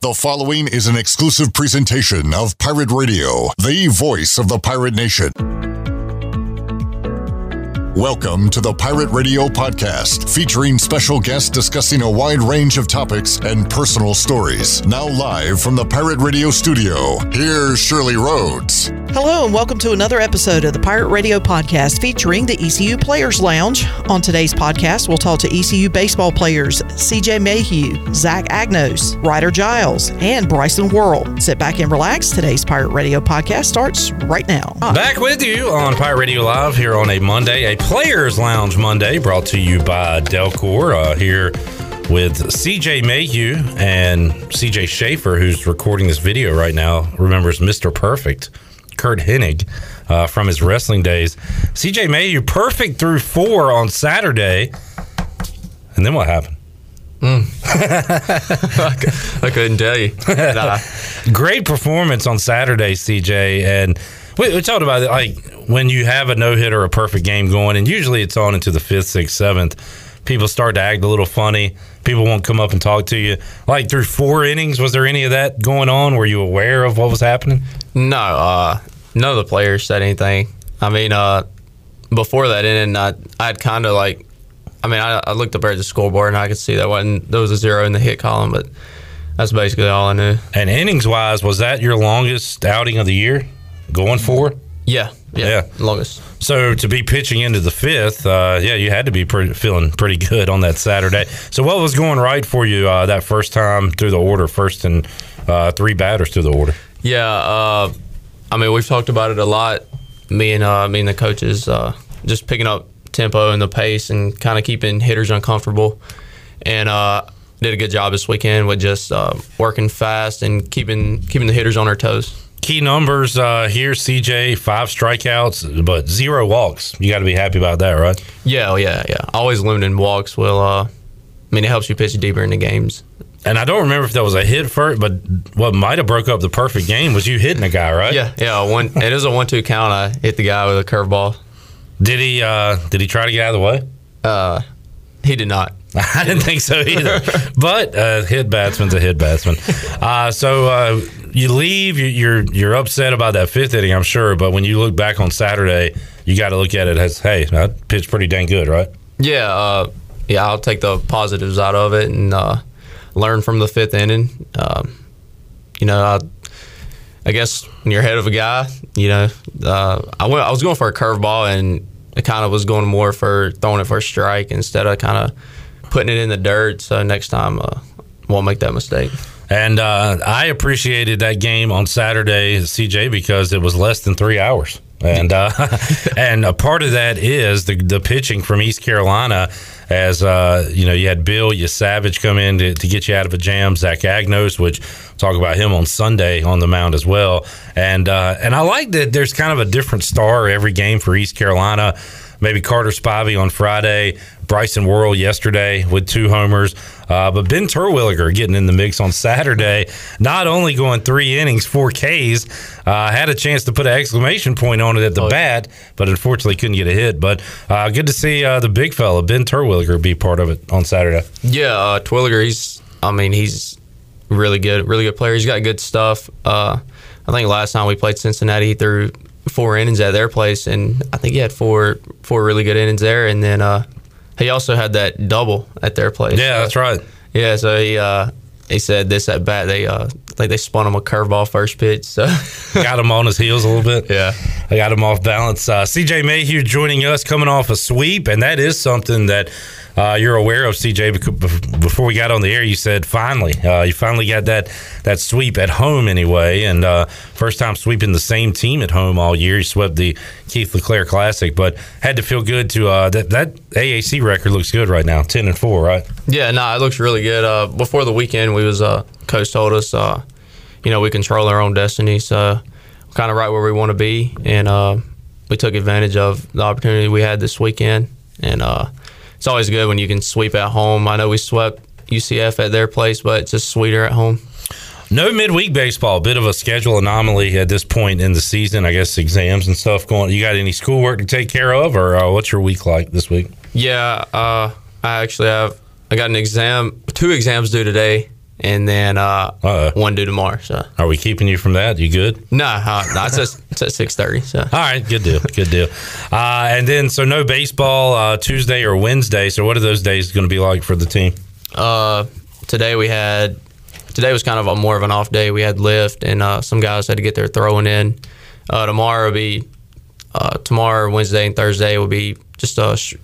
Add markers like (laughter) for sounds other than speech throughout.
The following is an exclusive presentation of Pirate Radio, the voice of the pirate nation. Welcome to the Pirate Radio Podcast, featuring special guests discussing a wide range of topics and personal stories. Now, live from the Pirate Radio studio, here's Shirley Rhodes. Hello, and welcome to another episode of the Pirate Radio Podcast featuring the ECU Players Lounge. On today's podcast, we'll talk to ECU baseball players CJ Mayhew, Zach Agnos, Ryder Giles, and Bryson Worrell. Sit back and relax. Today's Pirate Radio Podcast starts right now. Back with you on Pirate Radio Live here on a Monday, a Players Lounge Monday, brought to you by Delcor. Uh, here with CJ Mayhew and CJ Schaefer, who's recording this video right now, remembers Mr. Perfect, Kurt Hennig, uh, from his wrestling days. CJ Mayhew, perfect through four on Saturday. And then what happened? I couldn't tell you. Nah. Great performance on Saturday, CJ. And we, we talked about it, like when you have a no hit or a perfect game going, and usually it's on into the fifth, sixth, seventh. People start to act a little funny. People won't come up and talk to you. Like through four innings, was there any of that going on? Were you aware of what was happening? No, uh, none of the players said anything. I mean, uh, before that inning, I I'd kind of like, I mean, I, I looked up at the scoreboard and I could see that wasn't there was a zero in the hit column, but that's basically all I knew. And innings wise, was that your longest outing of the year? Going for? Yeah, yeah, Yeah. longest. So to be pitching into the fifth, uh, yeah, you had to be pretty, feeling pretty good on that Saturday. So what was going right for you uh, that first time through the order, first and uh, three batters through the order? Yeah, uh, I mean, we've talked about it a lot. Me and uh, me and the coaches uh, just picking up tempo and the pace and kind of keeping hitters uncomfortable. And uh, did a good job this weekend with just uh, working fast and keeping keeping the hitters on their toes. Key numbers uh, here, CJ: five strikeouts, but zero walks. You got to be happy about that, right? Yeah, oh, yeah, yeah. Always limiting walks will. Uh, I mean, it helps you pitch deeper into games. And I don't remember if that was a hit first, but what might have broke up the perfect game was you hitting a guy, right? Yeah, yeah. One, it was a one-two count. I hit the guy with a curveball. Did he? Uh, did he try to get out of the way? Uh, he did not. (laughs) I didn't think so either. but uh, hit batsman's a hit batsman. Uh, so uh, you leave. You, you're you're upset about that fifth inning, I'm sure. But when you look back on Saturday, you got to look at it as, hey, I pitched pretty dang good, right? Yeah, uh, yeah. I'll take the positives out of it and uh, learn from the fifth inning. Um, you know, I, I guess when you're ahead of a guy, you know, uh, I went. I was going for a curveball and I kind of was going more for throwing it for a strike instead of kind of putting it in the dirt. So next time, uh, won't make that mistake. And uh, I appreciated that game on Saturday, CJ, because it was less than three hours. And uh, (laughs) and a part of that is the the pitching from East Carolina, as uh, you know, you had Bill, you Savage come in to, to get you out of a jam. Zach Agnos, which we'll talk about him on Sunday on the mound as well. And uh, and I like that there's kind of a different star every game for East Carolina maybe Carter Spivey on Friday, Bryson Worrell yesterday with two homers, uh, but Ben Terwilliger getting in the mix on Saturday, not only going three innings, four Ks, uh, had a chance to put an exclamation point on it at the bat, but unfortunately couldn't get a hit. But uh, good to see uh, the big fella, Ben Terwilliger, be part of it on Saturday. Yeah, uh, Twilliger. He's. I mean, he's really good. Really good player. He's got good stuff. Uh, I think last time we played Cincinnati, he threw four innings at their place, and I think he had four four really good innings there. And then uh, he also had that double at their place. Yeah, that's right. Yeah. So he uh, he said this at bat. They uh, I think they spun him a curveball first pitch. So (laughs) Got him on his heels a little bit. yeah. I got him off balance. Uh, CJ Mayhew joining us, coming off a sweep, and that is something that uh, you're aware of, CJ. becau- bef- Before we got on the air, you said finally, uh, you finally got that that sweep at home anyway, and uh, first time sweeping the same team at home all year. You swept the Keith LeClaire Classic, but had to feel good to uh, that that AAC record looks good right now, ten and four, right? Yeah, no, it looks really good. Uh, before the weekend, we was uh, coach told us, uh, you know, we control our own destiny, so kind of right where we want to be, and uh, we took advantage of the opportunity we had this weekend. And uh, it's always good when you can sweep at home. I know we swept UCF at their place, but it's just sweeter at home. No midweek baseball, a bit of a schedule anomaly at this point in the season. I guess exams and stuff going. You got any schoolwork to take care of, or uh, what's your week like this week? Yeah, uh, I actually have. I got an exam, two exams due today, and then uh, Uh-oh. one due tomorrow. So Are we keeping you from that? You good? no, uh, no it's, at, it's at six thirty. So All right, good deal, good deal. Uh, and then, so no baseball uh, Tuesday or Wednesday. So, what are those days going to be like for the team? uh, today we had today was kind of a more of an off day. We had lift, and uh, some guys had to get their throwing in. Uh, tomorrow will be uh, tomorrow Wednesday and Thursday will be just a sh-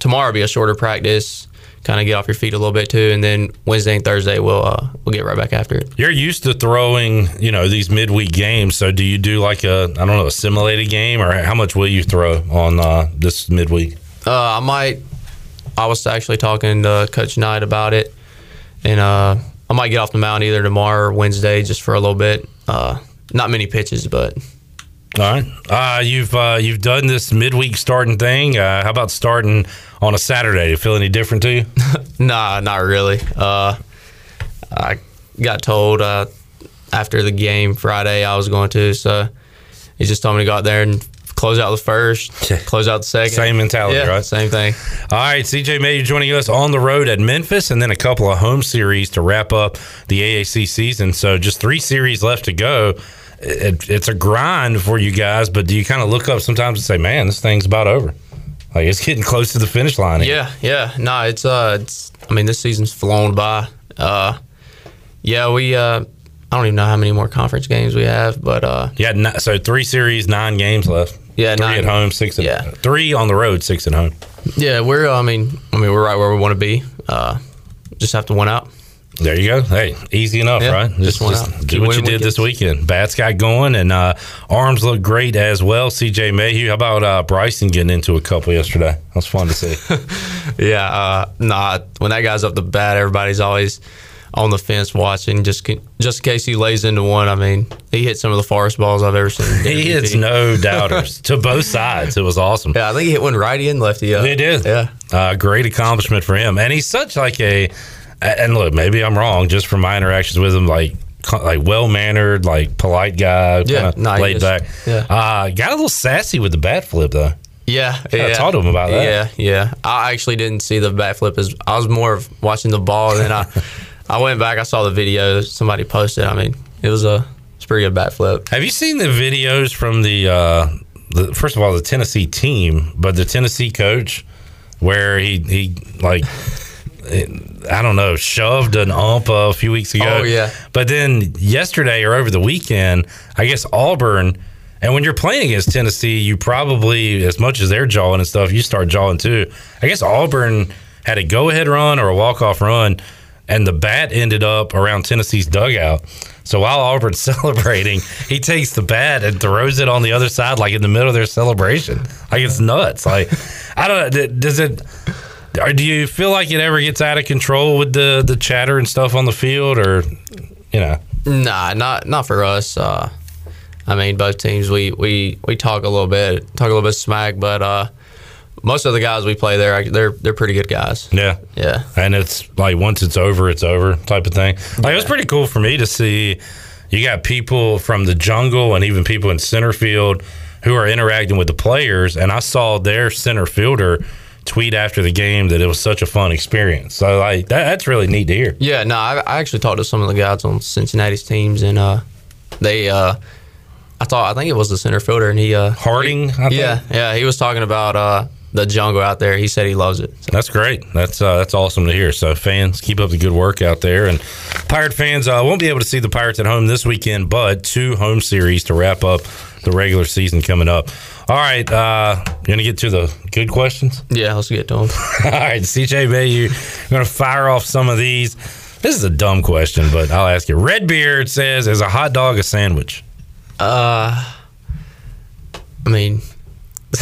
tomorrow will be a shorter practice. Kind of get off your feet a little bit too, and then Wednesday and Thursday we'll uh, we'll get right back after it. You're used to throwing, you know, these midweek games. So, do you do like a, I don't know, a simulated game, or how much will you throw on uh, this midweek? Uh, I might. I was actually talking to Coach Knight about it, and uh, I might get off the mound either tomorrow or Wednesday just for a little bit. Uh, not many pitches, but All right, uh, you've uh, you've done this midweek starting thing. Uh, how about starting on a Saturday? You feel any different to you? nah, not really. Uh, I got told uh, after the game Friday I was going to, so he just told me to go out there and close out the first, close out the second. Same mentality, yeah, right? Same thing. All right, CJ May, you're joining us on the road at Memphis, and then a couple of home series to wrap up the AAC season. So just three series left to go. It, it's a grind for you guys, but do you kind of look up sometimes and say, "Man, this thing's about over"? Like it's getting close to the finish line. here." Yeah, yeah. No, it's uh, it's. I mean, this season's flown by. Uh, yeah, we. Uh, I don't even know how many more conference games we have, but uh, yeah. ni- so three series, nine games left. Yeah, three nine. at home, six at Yeah. three on the road, six at home. yeah, we're. I mean, I mean, we're right where we want to be. Uh, just have to win out. There you go. Hey, easy enough, Yeah, right? just went out. do Keep what you winning did this weekend. Bats got going, and uh, arms look great as well. CJ Mayhew, how about uh, Bryson getting into a couple yesterday? That was fun to (laughs) see. Yeah, uh, nah. When that guy's up the bat, everybody's always on the fence watching, just c- just in case he lays into one. I mean, he hit some of the farthest balls I've ever (laughs) seen. he is no doubters to both sides. It was awesome. Yeah, I think he hit one righty and lefty. Uh, They did. Yeah. Uh, great accomplishment for him. And he's such like a, and look, maybe I'm wrong just from my interactions with him, like, co- like well mannered, like polite guy, Yeah, kinda no, he laid is. back. Yeah. Uh, got a little sassy with the bat flip though. Yeah, yeah. talk to him about that. Yeah, yeah. I actually didn't see the bat flip as I was more of watching the ball. And (laughs) then I, I went back. I saw the video somebody posted. I mean, it was a it's a pretty good bat flip. Have you seen the videos from the, uh, the first of all the Tennessee team, but the Tennessee coach where he he like I don't know shoved an ump a few weeks ago. Oh, yeah. But then yesterday or over the weekend, I guess Auburn. And when you're playing against Tennessee, you probably as much as they're jawing and stuff, you start jawing too. I guess Auburn had a go ahead run or a walk off run. And the bat ended up around Tennessee's dugout. So while Auburn's (laughs) celebrating, he takes the bat and throws it on the other side, like in the middle of their celebration. Like it's nuts. Like I don't know. th- Does it? Or do you feel like it ever gets out of control with the the chatter and stuff on the field, or you know? Nah, not not for us. Uh, I mean, both teams we, we, we talk a little bit, talk a little bit smack, but uh, most of the guys we play there, they're they're pretty good guys. Yeah. Yeah. And it's like once it's over, it's over type of thing. Like it was pretty cool for me to see. You got people from the jungle and even people in center field who are interacting with the players, and I saw their center fielder tweet after the game that it was such a fun experience. So like that, that's really neat to hear. Yeah, no, I, I actually talked to some of the guys on Cincinnati's teams, and uh, they, uh, I thought, I think it was the center fielder, and he, uh, Harding, I think. yeah, yeah, he was talking about uh, the jungle out there. He said he loves it. So, That's great. That's uh, that's awesome to hear. So fans, keep up the good work out there. And Pirate fans uh, won't be able to see the Pirates at home this weekend, but two home series to wrap up the regular season coming up. All right, uh, you gonna get to the good questions? (laughs) yeah, let's get to him. All right, CJ Bay, you're gonna fire off some of these. This is a dumb question, but I'll ask you. Redbeard says, "Is a hot dog a sandwich?" (laughs) I mean, (laughs)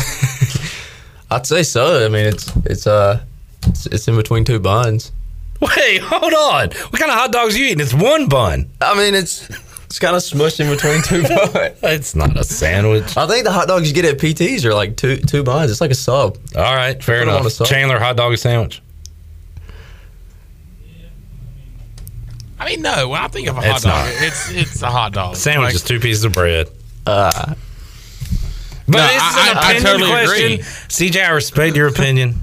I'd say so. I mean, it's it's uh, it's, it's in between two buns. Wait, hold on. What kind of hot dogs you eating? It's one bun. I mean, it's it's kind of smushed in between (laughs) two buns. It's not a sandwich. I think the hot dogs you get at PTs are like two two buns. It's like a sub. All right, fair Put 'em on enough. the side. Chandler, hot dog a sandwich? I mean, no. When I think of a hot It's dog, not. it's it's a (laughs) hot dog. Sandwich Like, is two pieces of bread. but No, this is I- an I- I opinion totally question. agree. CJ, I respect your opinion.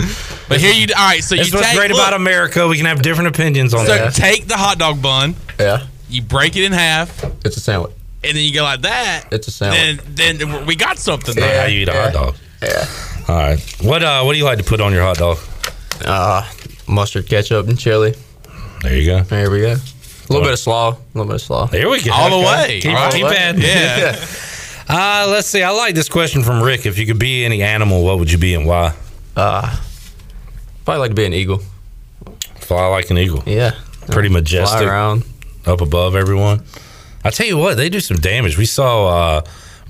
But here you. All right. So That's you what's take. great look, about America. We can have different opinions on So that. take the hot dog bun, Yeah, you break it in half, and it's a sandwich. then you go like that. It's a sandwich. Then then we got something Not how there. you eat a hot dog. Yeah. All right. What uh, what do you like to put on your hot dog? Uh, mustard, ketchup, and chili. There you go. There we go. A little bit of slaw. A little bit of slaw. There we go. All the Okay. way. Keep, All the keep way. adding. Yeah. Uh, let's see. I like this question from Rick. If you could be any animal, what would you be and why? Uh, probably like to be an eagle. Fly like an eagle. Yeah. Pretty Fly majestic. around. Up above everyone. I tell you what, they do some damage. We saw uh,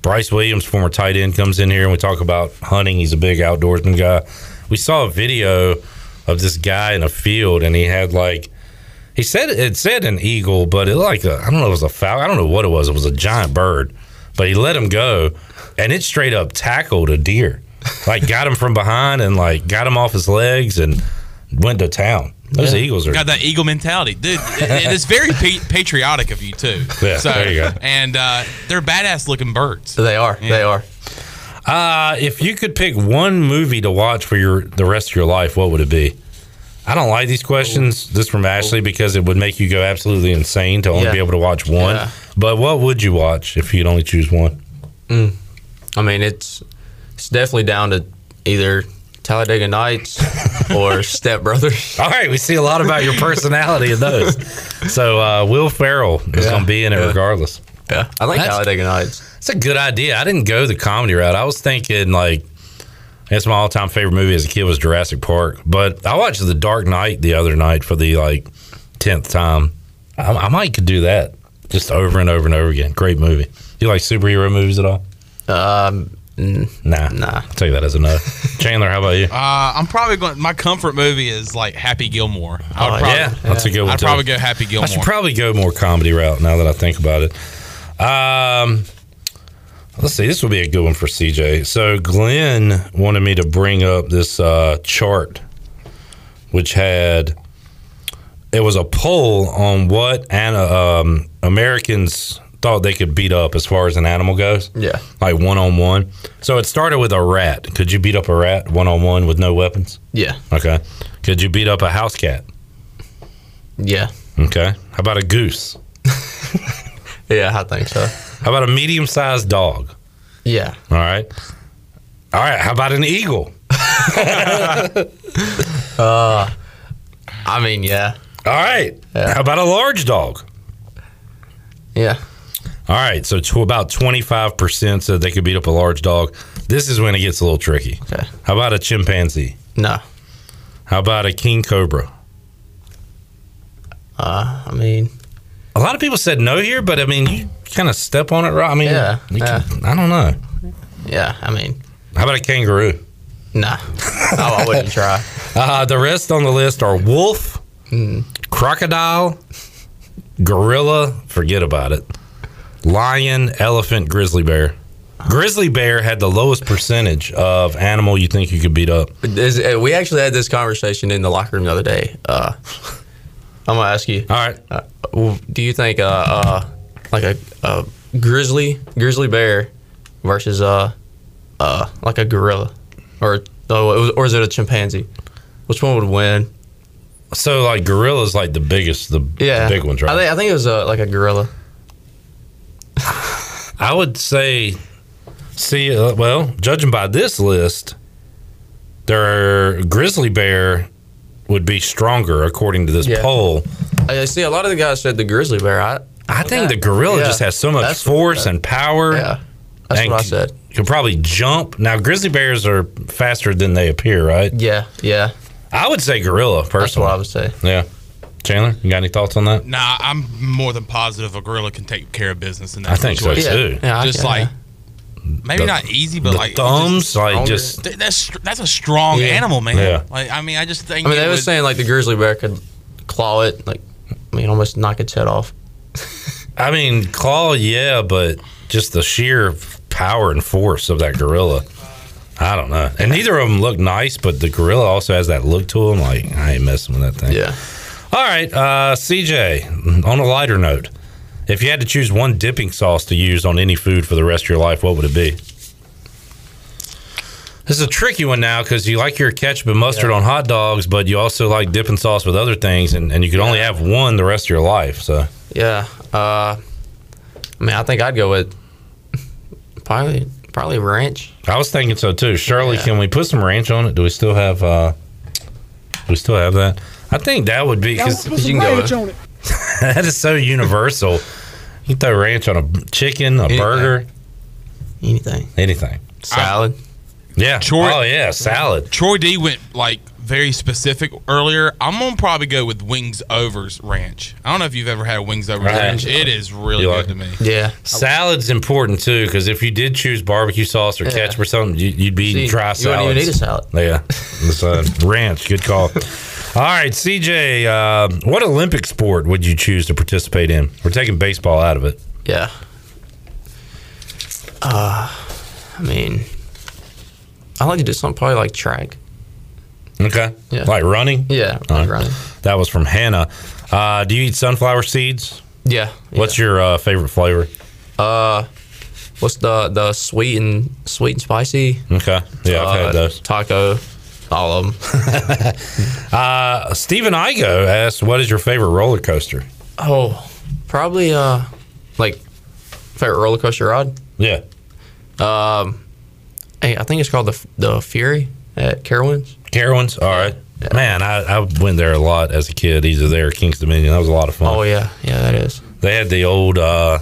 Bryce Williams, former tight end, comes in here and we talk about hunting. He's a big outdoorsman guy. We saw a video of this guy in a field and he had like he said it said an eagle, but it like a, I don't know, it was a fowl. I don't know what it was. It was a giant bird, but he let him go, and it straight up tackled a deer, like got him from behind and like got him off his legs and went to town. Those eagles are Got that eagle mentality, dude. And it's very pa- patriotic of you too. Yeah, there you go. And uh, they're badass looking birds. They are. They are. Uh, if you could pick one movie to watch for your the rest of your life, what would it be? I don't like these questions. This from Ashley because it would make you go absolutely insane to only Yeah. be able to watch one. Yeah. But what would you watch if you'd only choose one? I mean, it's it's definitely down to either (laughs) Talladega Nights or Step Brothers. All right, we see a lot about your personality in (laughs) those. so uh, Will Ferrell is Yeah. going to be in it regardless. Yeah. I like That's- Talladega Nights. It's a good idea. I didn't go the comedy route. I was thinking like that's my all time favorite movie as a kid was Jurassic Park. But I watched The Dark Knight the other night for the like tenth time. I, I might could do that just over and over and over again. Great movie. You like superhero movies at all? Um, n- Nah, Nah. I'll take that as a (laughs) no. Chandler, how about you? Uh, I'm probably going. My comfort movie is like Happy Gilmore. I would Oh, probably, yeah, that's a good one. I'd too. probably go Happy I Gilmore. should probably go more comedy route now that I think about it. Um, let's see. This will be a good one for CJ. So Glenn wanted me to bring up this uh, chart, which had it was a poll on what an, um, Americans thought they could beat up as far as an animal goes. Yeah. like one on one. So it started with a rat. Could you beat up a rat one on one with no weapons? yeah. Okay. Could you beat up a house cat? Yeah. Okay. How about a goose? Yeah, I think so. How about a medium sized dog? Yeah. All right. All right. How about an eagle? I mean, yeah. All right. Yeah. How about a large dog? Yeah. All right. So to about 25% said they could beat up a large dog. This is when it gets a little tricky. Okay. How about a chimpanzee? No. How about a king cobra? Uh, I mean, A lot of people said no here, but I mean, you kind of step on it right. I mean, Yeah, you can- I don't know. yeah. I mean, How about a kangaroo? nah. (laughs) I, I wouldn't try. Uh, the rest on the list are wolf, crocodile, gorilla, forget about it, lion, elephant, grizzly bear. Grizzly bear had the lowest percentage of animal you think you could beat up. Is, uh, we actually had this conversation in the locker room the other day. Uh, I'm gonna ask you. All right. Uh, w- do you think uh, uh like a, a grizzly grizzly bear versus uh uh like a gorilla or oh, or is it a chimpanzee? Which one would win? So, like, gorilla's like the biggest, the, the Yeah, big ones, I right? think, I think it was uh, like a gorilla. I would say, see, uh, well, judging by this list, their grizzly bear would be stronger according to this Yeah. poll. I I see a lot of the guys said the grizzly bear. I I think the gorilla Yeah. just has so much That's- force and power. yeah, that's and what I c- said. Could probably jump. Now, grizzly bears are faster than they appear, right? Yeah, yeah, I would say gorilla, that's what personally. I would say. Yeah. Chandler, you got any thoughts on that? nah, I'm more than positive a gorilla can take care of business in that I think so, situation. Yeah, too. yeah, I- Just yeah, like maybe The- not easy, but the like thumbs, like stronger. just Th- that's str- that's a strong Yeah. animal, man. Yeah. Like I mean, I just think. I mean, it they were would- saying like the grizzly bear could claw it, like I mean, almost knock its head off. I mean, claw, yeah, but just the sheer power and force of that gorilla. I don't know. And neither of them look nice, but the gorilla also has that look to him. Like, I ain't messing with that thing. Yeah. All right, uh, CJ, on a lighter note, if you had to choose one dipping sauce to use on any food for the rest of your life, what would it be? This is a tricky one now because you like your ketchup and mustard on hot dogs, but you also like dipping sauce with other things, and, and you could only have one the rest of your life. So Yeah. Uh, I mean, I think I'd go with probably probably ranch. I was thinking so too. Shirley, Yeah. can we put some ranch on it? Do we still have? uh Do we still have that? I think that would be I because put some you can go ranch with- on it. (laughs) that is so universal. You throw ranch on a chicken, a Anything. burger, Anything. anything. Salad. Yeah. Chor- oh yeah, salad. Troy D went like very specific earlier. I'm gonna probably go with Wings Overs Ranch. I don't know if you've ever had Wings Overs Right. Ranch. It is really You good like to me. yeah. Salad's important too because if you did choose barbecue sauce or ketchup or something, you, you'd be eating See, dry you wouldn't even salads. need a salad. Yeah, it's uh, ranch. Good call. All right, CJ, uh, what Olympic sport would you choose to participate in? We're taking baseball out of it. Yeah. Uh, I mean, I like to do something probably like track. Okay. Yeah. Like running. Yeah. All right. Like running. That was from Hannah. Uh, do you eat sunflower seeds? Yeah. What's your uh, favorite flavor? What's the the sweet and sweet and spicy? Okay. Yeah, I've Uh, had those. Taco, all of (laughs) them. Uh, Steven Igo asked, "What is your favorite roller coaster?" Oh, probably uh, like favorite roller coaster ride. Yeah. Hey, I think it's called the the Fury at Carowinds. Carowinds. All right. Man, I, I went there a lot as a kid. Either there or Kings Dominion. That was a lot of fun. Oh yeah, yeah that is. They had the old uh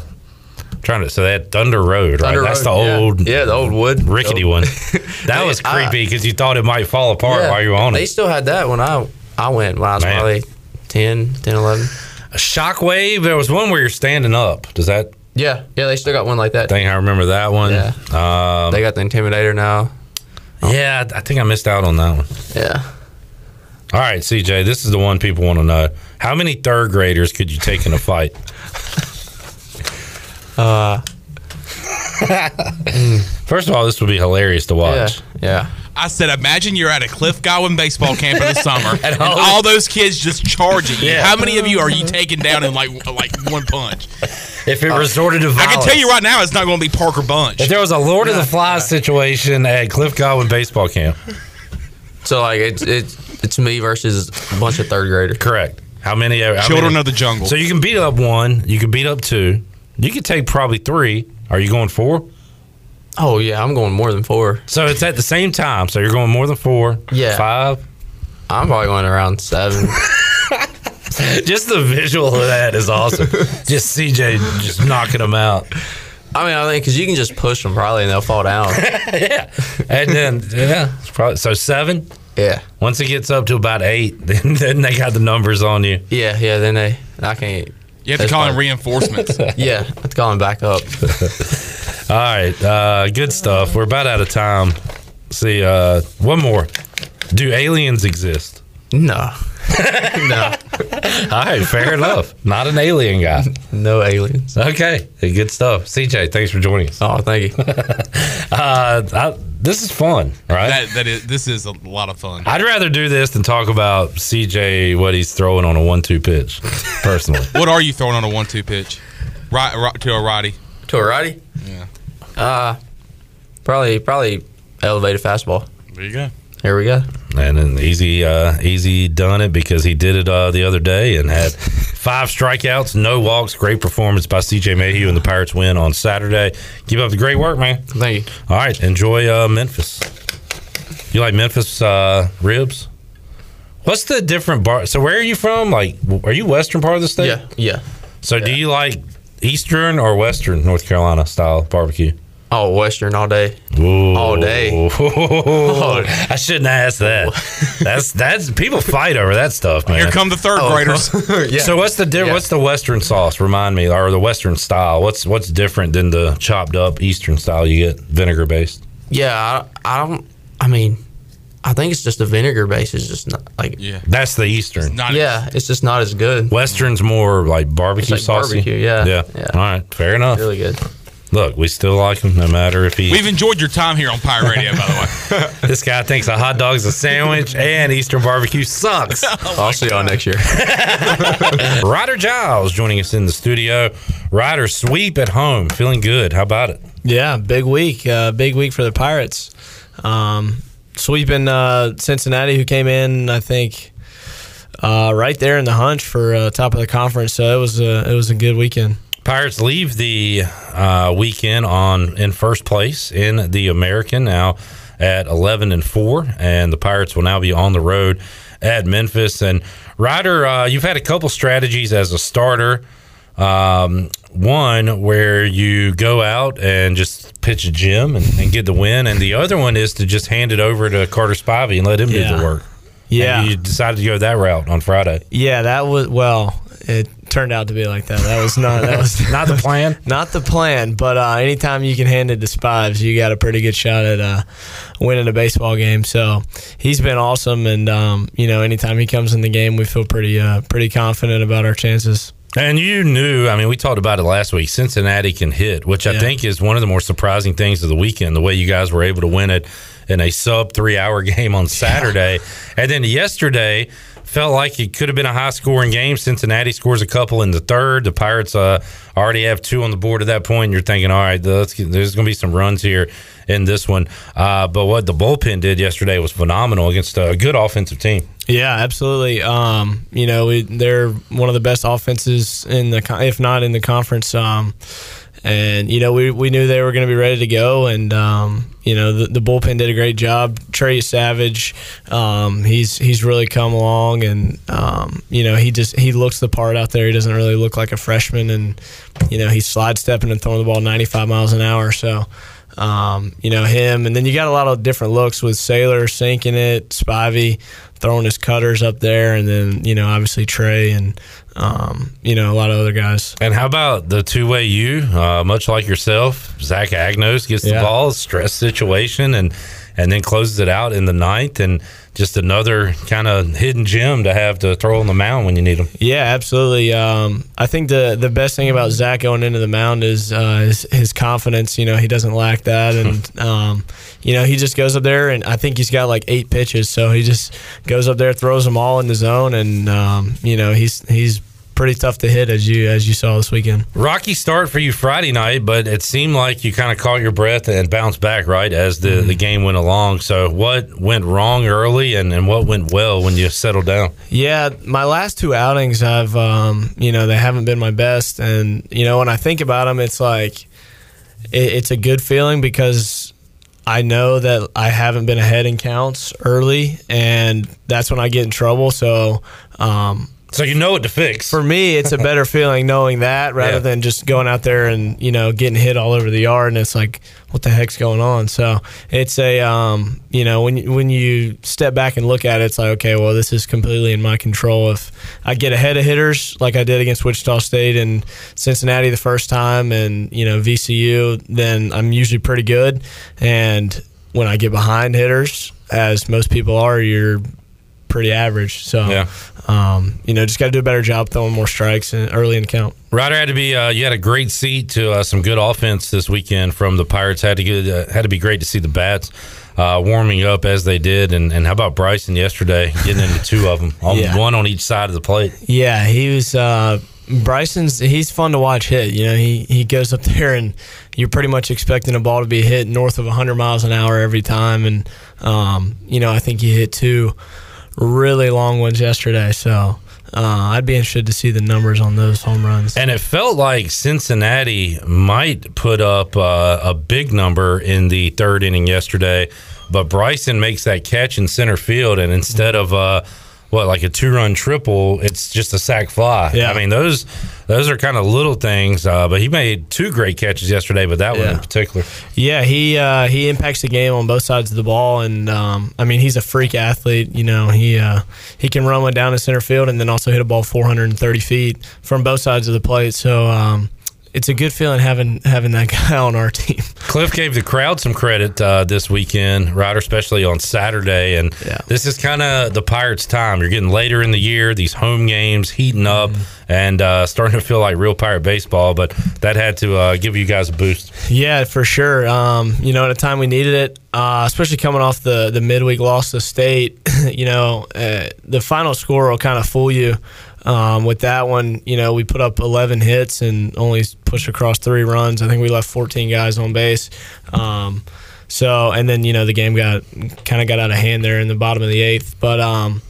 trying to so they had Thunder Road, right? Thunder That's the Road, yeah. old yeah, the old wood rickety the old- (laughs) one. That They- was I- creepy because you thought it might fall apart Yeah, while you were on They it. still had that when I I went when I was Man. probably 10, 10, 11. Shockwave, there was one where you're standing up. Does that Yeah, yeah, they still got one like that. thing I remember that one? Yeah. Um, they got the Intimidator now. yeah, I think I missed out on that one. Yeah. All right, CJ, this is the one people want to know. How many third graders could you take in a (laughs) fight? Uh, (laughs) First of all, this would be hilarious to Yeah. watch. Yeah. I said, imagine you're at a Cliff Godwin baseball camp in the summer, and all, those kids just charging you. Yeah. How many of you are you taking down in like like one punch? If it resorted to Uh, I violence. can tell you right now, it's not going to be Parker Bunch. If there was a Lord of the Flies situation at Cliff Godwin baseball camp, So like it's it's it's me versus a bunch of third graders. correct? How many? How Children many- of the jungle. So you can beat up one. You can beat up two. You could take probably three. Are you going four? Oh yeah, I'm going more than four. So it's at the same time. So you're going more than four. Yeah. Five. I'm probably going around (laughs) seven. Just the visual of that is (laughs) awesome. just CJ just knocking them out. I mean, I think because you can just push them probably and they'll fall (laughs) down. And then yeah, it's probably so seven. yeah. Once it gets up to about eight, (laughs) then, then they got the numbers on you. Yeah, yeah. Then they, I can't. you have to That's call in fine. reinforcements. Yeah, it's going back up. (laughs) All right, uh, good stuff. We're about out of time. See, uh, one more. Do aliens exist? No, no, All right, (laughs) fair enough. Not an alien guy. no aliens. Okay, good stuff. CJ, thanks for joining us. Oh, thank you. (laughs) Uh, I, this is fun, right? that that is this is a lot of fun. I'd rather do this than talk about CJ what he's throwing on a one-two pitch. Personally, What are you throwing on a one-two pitch? Right, right to a righty. Torati? Yeah. Uh, Probably, probably elevated fastball. There you go. Here we go. and then easy, uh, easy done it because he did it uh, the other day and had five strikeouts, no walks. Great performance by CJ Mayhew and the Pirates win on Saturday. Keep up the great work, man. Thank you. All right, enjoy uh, Memphis. You like Memphis uh, ribs? What's the different bar? So where are you from? Like, w- are you Western part of the state? Yeah, yeah. So do you like Eastern or Western North Carolina style barbecue? Oh, Western all (laughs) day. Ooh. All day. (laughs) I shouldn't ask that. That's that's people fight over that stuff, man. Here come the third Oh. graders. (laughs) yeah. So what's the di- Yeah. what's the Western sauce? Remind me, or the Western style? What's what's different than the chopped up Eastern style you get vinegar based? yeah, I, I don't. I mean, I think it's just the vinegar base is just not like. Yeah, yeah. That's the Eastern. Not it's just not as good. Western's more like barbecue It's like saucy. barbecue, yeah. yeah. Yeah. All right. Fair enough. Really good. Look, we still like him no matter if he. We've enjoyed your time here on Pirate Radio, by the (laughs) way. this guy thinks a hot dog's a sandwich and Eastern barbecue (laughs) sucks. I'll see y'all next year. Ryder Giles joining us in the studio. Ryder sweep at home, feeling good. How about it? Yeah, big week. Uh, big week for the Pirates. Um, sweeping uh, Cincinnati, who came in, I think, uh, right there in the hunt for uh, top of the conference. So it was a it was a good weekend. Pirates leave the uh, weekend on in first place in the American now at eleven and four, and the Pirates will now be on the road at Memphis. And Ryder, uh, you've had a couple strategies as a starter. Um, one where you go out and just pitch a gym and, and get the win, and the other one is to just hand it over to Carter Spivey and let him do Yeah. the work. Yeah, And you decided to go that route on Friday. yeah, that was well. It turned out to be like that. That was not that was (laughs) Not the plan. (laughs) Not the plan, but uh, anytime you can hand it to Spives, you got a pretty good shot at uh, winning a baseball game. So he's been awesome, and um, you know, anytime he comes in the game, we feel pretty uh, pretty confident about our chances. And you knew, I mean, we talked about it last week. Cincinnati can hit, which I Yeah. think is one of the more surprising things of the weekend, the way you guys were able to win it in a sub three hour (laughs) game on Saturday. And then yesterday felt like it could have been a high scoring game. Cincinnati scores a couple in the third. The Pirates uh, already have two on the board at that point. And you're thinking, all right, let's get, there's going to be some runs here in this one. Uh, but what the bullpen did yesterday was phenomenal against a good offensive team. Yeah, absolutely. Um, you know, we, they're one of the best offenses in the, co- if not in the conference. Um, and you know, we, we knew they were going to be ready to go, and um, you know, the, the bullpen did a great job. Trey Savage, um, he's he's really come along, and um, you know, he just he looks the part out there. He doesn't really look like a freshman, and you know, he's slide stepping and throwing the ball 95 miles an hour. So. Um, you know him, and then you got a lot of different looks with Sailor sinking it, Spivey throwing his cutters up there, and then you know obviously Trey and um, you know a lot of other guys. And how about the two way you, uh, much like yourself, Zach Agnos gets the Yeah. ball, stress situation, and and then closes it out in the ninth, and just another kind of hidden gem to have to throw on the mound when you need them. Yeah, absolutely. Um, I think the the best thing about Zach going into the mound is, uh, his, his confidence. You know, he doesn't lack that, and um, you know he just goes up there, and I think he's got like eight pitches, so he just goes up there, throws them all in the zone, and um, you know he's he's pretty tough to hit as you as you saw this weekend. Rocky start for you Friday night, but it seemed like you kind of caught your breath and bounced back right as the, Mm-hmm. the game went along. So what went wrong early, and, and what went well when you settled down? Yeah, my last two outings, I've um, you know they haven't been my best, and you know when I think about them, it's like it, it's a good feeling because I know that I haven't been ahead in counts early, and that's when I get in trouble. So um, So you know what to fix. for me, it's a better feeling knowing that rather Yeah. than just going out there and you know getting hit all over the yard, and it's like what the heck's going on. So it's a um, you know when you- when you step back and look at it, it's like okay, well this is completely in my control. If I get ahead of hitters like I did against Wichita State and Cincinnati the first time, and you know VCU, then I'm usually pretty good. And when I get behind hitters, as most people are, you're pretty average. So Yeah. um, you know, just got to do a better job throwing more strikes in, early in the count. Ryder had to be. Uh, you had a great seat to uh, some good offense this weekend from the Pirates. Had to get, uh, had to be great to see the bats uh, warming up as they did. And, and how about Bryson yesterday getting into two of them, on, Yeah. one on each side of the plate. Yeah, he was. Uh, Bryson's he's fun to watch hit. You know, he he goes up (laughs) there and you're pretty much expecting a ball to be hit north of 100 miles an hour every time. And um, you know, I think he hit two really long ones yesterday. So uh, I'd be interested to see the numbers on those home runs. And it felt like Cincinnati might put up uh, a big number in the third inning yesterday, but Bryson makes that catch in center field, and instead of uh, what like a two-run triple, it's just a sac fly. Yeah. I mean those those are kind of little things, uh, but he made two great catches yesterday, but that one in Yeah. particular. Yeah, he uh, he impacts the game on both sides of the ball, and um, I mean he's a freak athlete. You know he uh, he can run one down to center field and then also hit a ball 430 feet from both sides of the plate. So um, it's a good feeling having having that (laughs) guy on our team. Cliff gave the crowd some credit uh, this weekend, Ryder, especially on Saturday. And Yeah. this is kind of the Pirates' time. You're getting later in the year, these home games heating up Mm-hmm. and uh, starting to feel like real Pirate baseball. But that had to uh, give you guys a boost. Yeah, for sure. Um, you know, at a time we needed it, uh, especially coming off the the midweek loss to state. (clears throat) you know, uh, the final score will kind of fool you. Um, with that one, you know, we put up 11 hits and only pushed across three runs. I think we left 14 guys on base. Um, So and then you know the game got kind of got out of hand there in the bottom of the eighth, but um,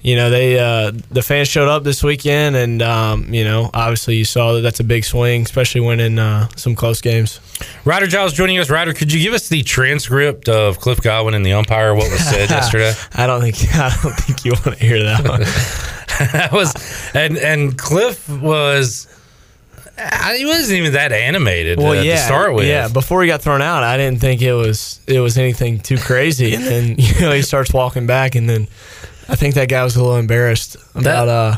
you know they uh, the fans showed up this weekend, and um, you know obviously you saw that that's a big swing, especially when in uh, some close games. Ryder Giles joining us. Ryder, could you give us the transcript of Cliff Godwin and the umpire? What was (laughs) said yesterday? I don't think (laughs) I don't think you want to hear that (laughs) one. that was and and Cliff was I, he wasn't even that animated uh, to start with. Yeah, before he got thrown out, I didn't think it was it was anything too (laughs) crazy. And then (laughs) you know he starts walking back, and then I think that guy was a little embarrassed about uh,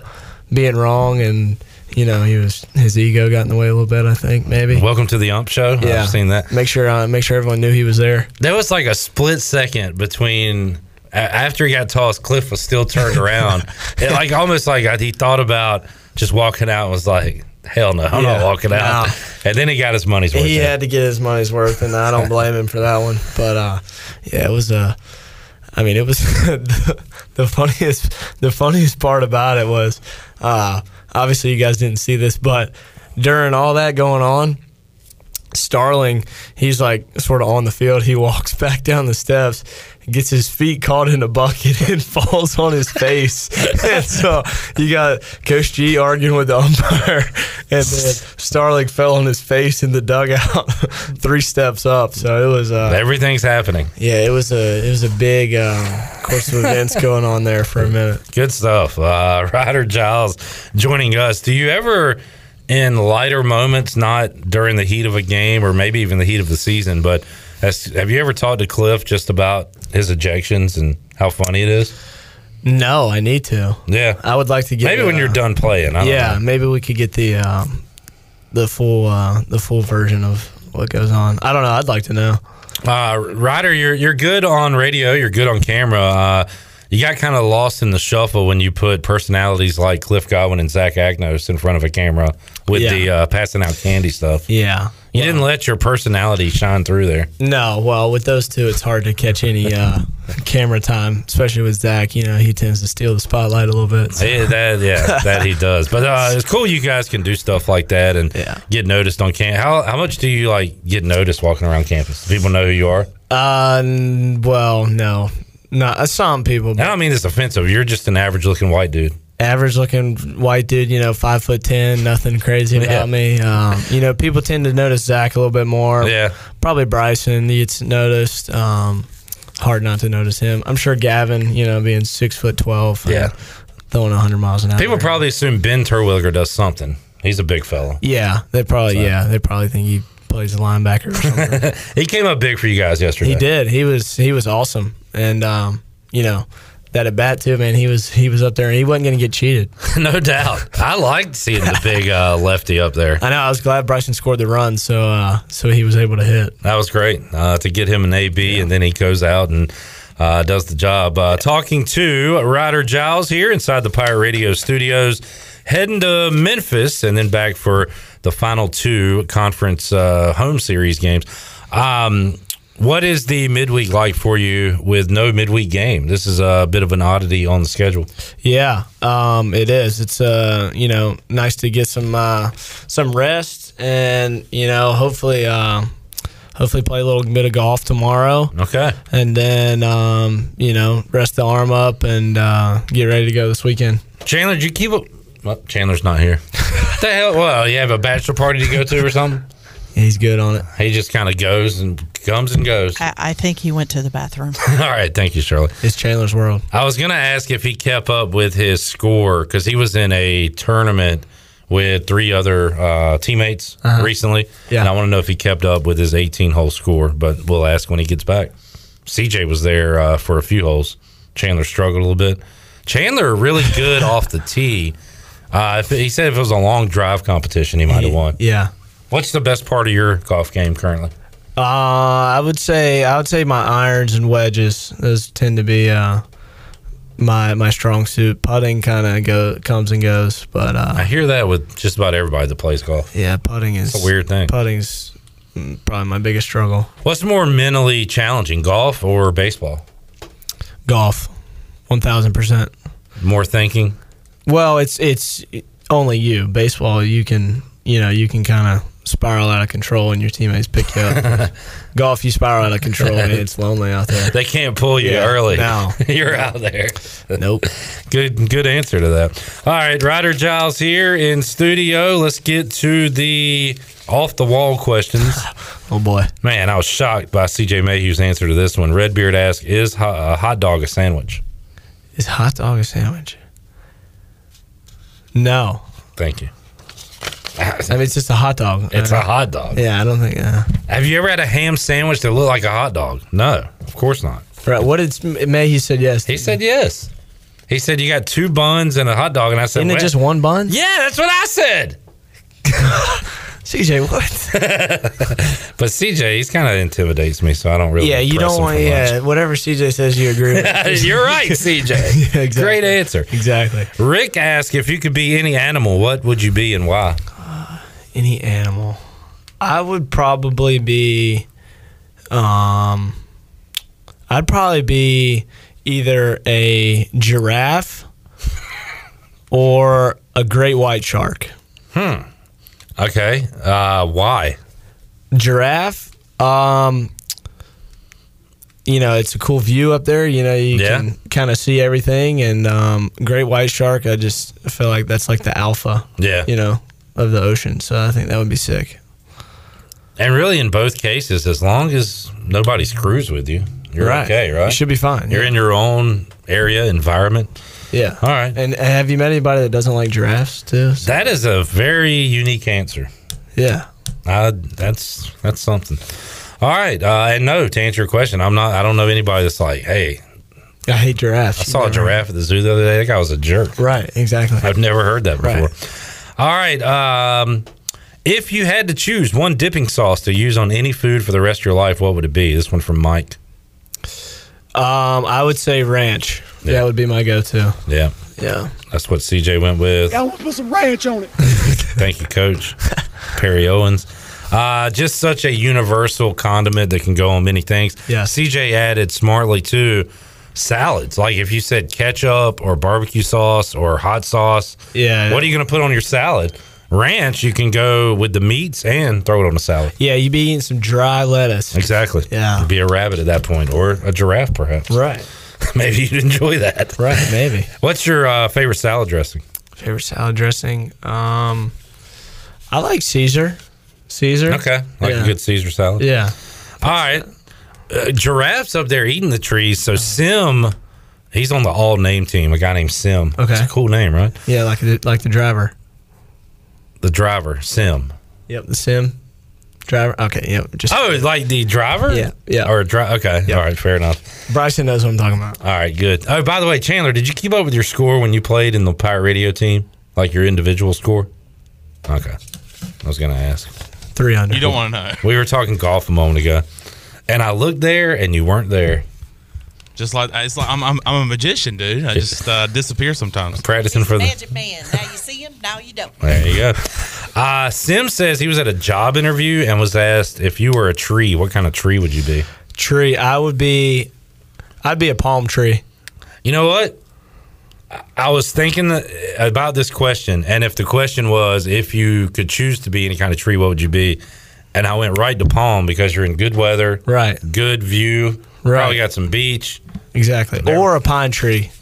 being wrong, and you know he was his ego got in the way a little bit. I think maybe. Welcome to the ump show. yeah, I've seen that. Make sure uh, make sure everyone knew he was there. There was like a split second between a- after he got tossed, Cliff was still turned (laughs) around. it, like almost like I- he thought about just walking out and was like, hell no, I'm Yeah, not walking out. nah. And then he got his money's worth. He in. had to get his money's worth, and I don't blame him for that one. But uh, yeah, it was Uh, I mean, it was (laughs) the, the funniest. The funniest part about it was, uh, obviously, you guys didn't see this, but during all that going on, Starling, he's like sort of on the field. He walks (laughs) back down the steps, gets his feet caught in a bucket, (laughs) and falls on his face. (laughs) and so you got Coach G arguing with the umpire, (laughs) and then Starling fell on his face in the dugout, (laughs) three steps up. So it was, uh, Everything's happening. yeah, it was a it was a big um, course of (laughs) events going on there for a minute. Good stuff. Uh, (laughs) Ryder Giles joining us. Do you ever, in lighter moments, not during the heat of a game or maybe even the heat of the season, but has, have you ever talked to Cliff just about his ejections and how funny it is? No, I need to. Yeah. I would like to get maybe when uh, you're done playing. I don't yeah, know. maybe we could get the um, the full uh, the full version of what goes on. I don't know. I'd like to know. Uh, Ryder, you're you're good on radio. You're good on camera. Uh, you got kind of lost in the shuffle when you put personalities like Cliff Godwin and Zach Agnos in front of a camera with Yeah. the uh, passing out candy stuff. Yeah. You didn't let your personality shine through (laughs) there. No, well, with those two, it's hard to catch any uh, camera time, especially with Zach. You know, he tends to steal the spotlight a little bit. so- Yeah, that, yeah, that he does. But uh, it's cool you guys can do stuff like that and Yeah. get noticed on campus. How how much do you like get noticed walking around campus? Do people know who you are? Uh, n- well, no, not uh, some people. And I don't mean it's offensive. You're just an average looking white dude. average looking white dude, you know, five foot ten, nothing crazy about Yeah. me. Um, you know, people tend to notice Zach a little bit more. Yeah. Probably Bryson gets noticed. Um, hard not to notice him. I'm sure Gavin, you know, being six foot twelve, and Yeah. throwing hundred miles an hour. People probably assume Ben Terwilliger does something. He's a big fella. Yeah, they probably yeah, they probably think he plays a linebacker (laughs) or something. He came up big for you guys yesterday. He did. He was he was awesome, and um, you know that at bat too, man. He was he was up there, and he wasn't going to get cheated. (laughs) no doubt. I liked seeing the big uh, lefty up there. I know. I was glad Bryson scored the run, so uh, so he was able to hit. That was great uh, to get him an AB, and then he goes out and uh, does the job. Uh, talking to Ryder Giles here inside the Pirate Radio studios, heading to Memphis, and then back for the final two conference uh, home series games. Um, what is the midweek like for you with no midweek game? This is a bit of an oddity on the schedule. Yeah, um, it is. It's uh, you know, nice to get some uh, some rest, and you know, hopefully, uh, hopefully play a little bit of golf tomorrow, Okay. and then um, you know, rest the arm up and uh, get ready to go this weekend. Chandler, did you keep up? Well, Chandler's not here. what the hell? Well, you have a bachelor party to go to or something? He's good on it. He just kind of goes and comes and goes. I, I think he went to the (laughs) bathroom. (laughs) All right. Thank you, Shirley. It's Chandler's world. I was going to ask if he kept up with his score because he was in a tournament with three other uh, teammates recently. Uh-huh. Yeah. And I want to know if he kept up with his 18 hole score, but we'll ask when he gets back. CJ was there uh, for a few holes. Chandler struggled a little bit. Chandler really good off the tee. Uh, if, he said if it was a long drive competition, he might have won. Yeah. What's the best part of your golf game currently? Uh, I would say I would say my irons and wedges. Those tend to be uh, my my strong suit. Putting kind of go comes and goes, but uh, I hear that with just about everybody that plays golf. yeah, putting is It's a weird thing. Putting's mm, probably my biggest struggle. What's more mentally challenging, golf or baseball? Golf, one thousand percent. More thinking. Well, it's it's only you. Baseball, you can you know you can kind of spiral out of control and your teammates pick (laughs) you up. Golf, you spiral out of control. Man, it's lonely out there. They can't pull you Yeah, early. no. (laughs) You're out there. Nope. Good good answer to that. All right, Ryder Giles here in studio. Let's get to the off the wall (sighs) questions. Oh boy. Man, I was shocked by CJ Mayhew's answer to this one. Redbeard asked, "Is ho- a hot dog a sandwich?" Is hot dog a sandwich? No. Thank (laughs) you. I mean, it's just a hot dog. It's Uh, a hot dog. Yeah, I don't think. Uh, Have you ever had a ham sandwich that looked like a hot dog? No, of course not. right. What did May? He said yes. He said yes. He said you got two buns and a hot dog, and I said, Isn't it "Wait." just one bun? Yeah, that's what I said. CJ, what? But CJ, he's kind of intimidates me, so I don't really. yeah, you press don't him want. for Yeah, whatever CJ says, you (laughs) agree with. much. You're right, (laughs) CJ. Yeah, exactly. Great answer. Exactly. Rick asked if you could be any animal, what would you be and why? Any animal. I would probably be um I'd probably be either a giraffe or a great white shark. Okay, uh, why? Giraffe, um you know, it's a cool view up there. You know, you Yeah. can kind of see everything. And um, great white shark, I just feel like that's like the alpha, Yeah, you know, of the ocean. So I think that would be sick. and really in both cases, as long as nobody screws with you, you're okay, You right? should be fine. you're in your own area environment. Yeah. All right. And have you met anybody that doesn't like giraffes too? So- That is a very unique answer. yeah. Uh, that's that's something. All right, uh, and no, to answer your question, I'm not. I don't know anybody that's like, hey, I hate giraffes. I saw a giraffe at the zoo the other day. That guy was a jerk. Right, exactly. I've never heard that before. Right. All right. Um, if you had to choose one dipping sauce to use on any food for the rest of your life, what would it be? This one from Mike. Um, I would say ranch. Yeah. That would be my go to. Yeah, Yeah. that's what CJ went with. I want to put some ranch on it. (laughs) Thank you, Coach Perry Owens. Uh, just such a universal condiment that can go on many things. Yes. CJ added smartly too salads. Like if you said ketchup or barbecue sauce or hot sauce, Yeah. what are you going to put on your salad? Ranch, you can go with the meats and throw it on a salad. Yeah, you'd be eating some dry lettuce. Exactly. Yeah. You'd be a rabbit at that point or a giraffe, perhaps. Right. (laughs) Maybe you'd enjoy that. Right, maybe. What's your uh, favorite salad dressing? Favorite salad dressing? Um I like Caesar. Caesar. Okay. Like Yeah. a good Caesar salad. Yeah. All right. Uh, giraffes up there eating the trees. So Sim, he's on the all name team. A guy named Sim. Okay. It's a cool name, right? Yeah, like the like the driver. The driver, Sim. Yep. The sim. Driver. Okay, yep. Just Oh, like the driver? Yeah, yeah. Or dri- okay. All right, fair enough. Bryson knows what I'm talking about. All right, good. Oh, by the way, Chandler, did you keep up with your score when you played in the Pirate Radio team? Like your individual score? Okay. I was gonna ask. Three hundred. You don't want to know. We were talking golf a moment ago. And I looked there and you weren't there. Just like it's like I'm, I'm, I'm a magician, dude. I just uh, disappear sometimes. Practicing for the Magic man. Now you see him, now you don't. There you go. (laughs) Uh, Sim says he was at a job interview and was asked if you were a tree, what kind of tree would you be? tree. I would be, I'd be a palm tree. You know what? I- I was thinking that- uh, about this question, and if the question was if you could choose to be any kind of tree, what would you be? And I went right to palm because you're in good weather, Right. Good view, Right. probably got some beach. Exactly. There. Or a pine tree.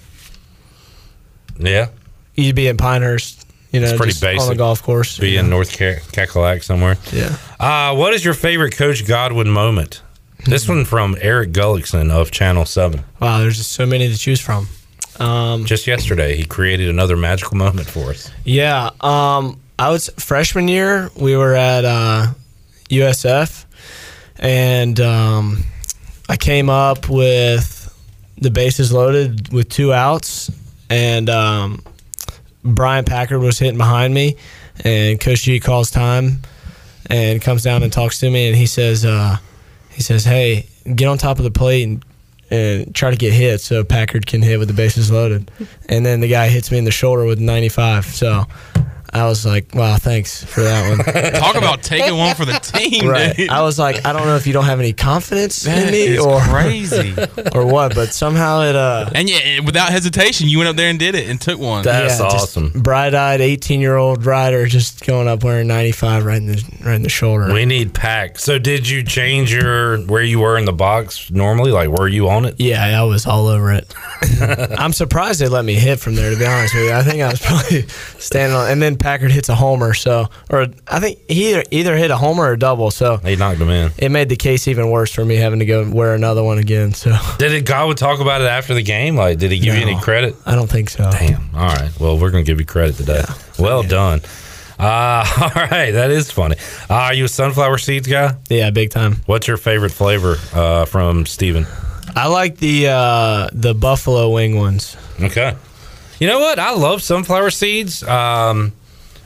Yeah, You'd be in Pinehurst. You know, It's pretty just on the basic. golf course. be in North Ca- Cackalack somewhere. Yeah. Uh, what is your favorite Coach Godwin moment? This one from Eric Gullickson of Channel Seven. Wow. There's just so many to choose from. Um, just yesterday he created another magical moment for us yeah. Um, I was freshman year. We were at uh, USF, and um, I came up with the bases loaded with two outs, and um, Brian Packard was hitting behind me, and Coach G calls time, and comes down and talks to me, and he says, uh, he says, hey, get on top of the plate and. And try to get hit so Packard can hit with the bases loaded, and then the guy hits me in the shoulder with 95. So I was like, wow, thanks for that (laughs) one. Talk about taking one for the team, right. dude. I was like, I don't know if you don't have any confidence in That me is (laughs) or crazy. or what, but somehow it uh and yeah, it- without hesitation, you went up there and did it and took one. That's just awesome. Bright-eyed, eighteen-year-old rider just going up wearing ninety-five right in the right in the shoulder. We need pack. So did you change your where you were in the box normally? Like were you on it? yeah, I was all over it. (laughs) I'm surprised they let me hit from there. To be honest with you, I think I was probably (laughs) standing on. And then Packard hits a homer, so or I think he either, either hit a homer or a double. So He knocked him in. it made the case even worse for me having to go and wear another one again. So (laughs) Did it God would talk about it after the game? Like did he give you No. any credit? I don't think so. Damn. All right. Well, we're gonna give you credit today. Well done. Uh, (laughs) all right, that is funny. Uh, are you a sunflower seeds guy? Yeah, big time. What's your favorite flavor uh, from Steven? I like the uh, the buffalo wing ones. Okay. You know what? I love sunflower seeds. Um,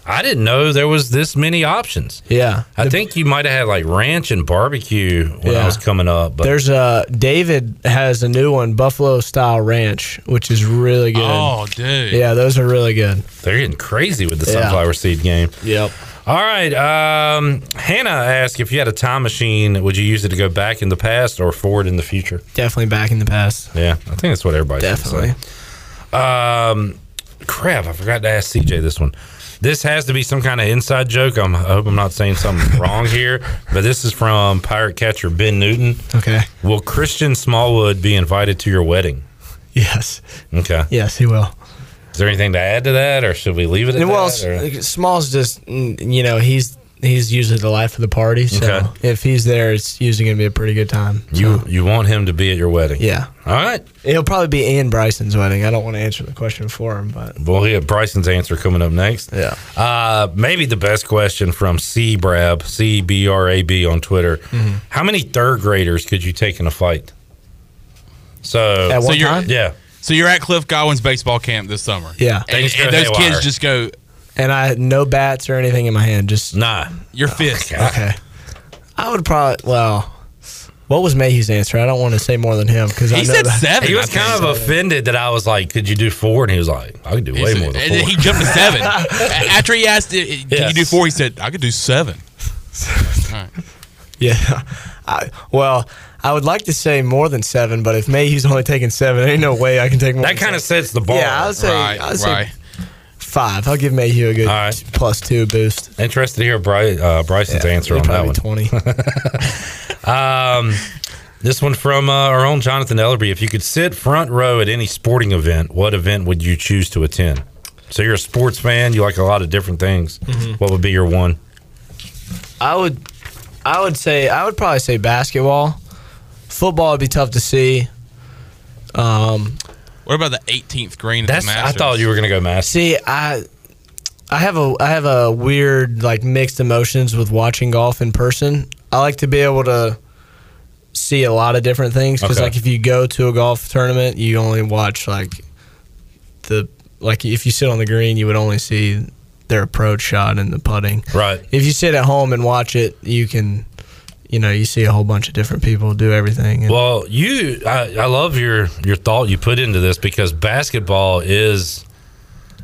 I didn't know there was this many options. Yeah, I think you might have had like ranch and barbecue when I Yeah. was coming up, but There's a David has a new one, Buffalo Style Ranch, which is really good. Oh, dude. Yeah, those are really good. they're getting crazy with the Yeah. sunflower seed game. Yep. All right, um, Hannah asked if you had a time machine, would you use it to go back in the past or forward in the future? Definitely back in the past. Yeah, I think that's what everybody should Definitely. say. Um, crap, I forgot to ask CJ this one. This has to be some kind of inside joke. I'm, I hope I'm not saying something (laughs) wrong here, but this is from pirate catcher Ben Newton. Okay. Will Christian Smallwood be invited to your wedding? Yes. Okay. Yes, he will. Is there anything to add to that, or should we leave it at And well, that? or- S- Small's just mm, you know he's he's usually the life of the party. So Okay. if he's there, it's usually gonna be a pretty good time. You So, you want him to be at your wedding? yeah. All right. It'll probably be Ian Bryson's wedding. I don't want to answer the question for him, but Well, we have Bryson's answer coming up next. yeah. Uh, maybe the best question from C Brab C B R A B on Twitter. Mm-hmm. How many third graders could you take in a fight? So At So one you're- time, yeah, So you're at Cliff Godwin's baseball camp this summer. Yeah. And, Things go and those haywire. kids just go, and I had no bats or anything in my hand, just nah. your fist. Okay. I would probably. Well, what was Mayhew's answer? I don't want to say more than him because I He know said that. seven. He was I think. kind of offended that I was like, "Could you do four? And he was like, "I could do He way said- more than and then four. he jumped to (laughs) seven. A- After he asked, "Can you do Yes. four? He said, "I could do seven. (laughs) Yeah. I, well, I would like to say more than seven, but if Mayhew's only taking seven, ain't no way I can take more. That kind of sets the bar. Yeah, I would say, right, I would say right. five. I'll give Mayhew a good All right. plus two boost. Interested to hear Bry- uh, Bryson's answer It'd on that probably one. be (laughs) Twenty. This one from uh, our own Jonathan Ellerby. If you could sit front row at any sporting event, what event would you choose to attend? So you're a sports fan. You like a lot of different things. What would be your one? I would, I would say I would probably say basketball. Football would be tough to see. Um, What about the 18th green at That's. the I Masters? thought you were gonna go Masters. See, I I have a I have a weird like mixed emotions with watching golf in person. I like to be able to see a lot of different things because Okay. like if you go to a golf tournament, you only watch like the like if you sit on the green, you would only see their approach shot and the putting. Right. If you sit at home and watch it, you can you know you see a whole bunch of different people do everything. And, Well, you. I, I love your your thought you put into this because basketball is.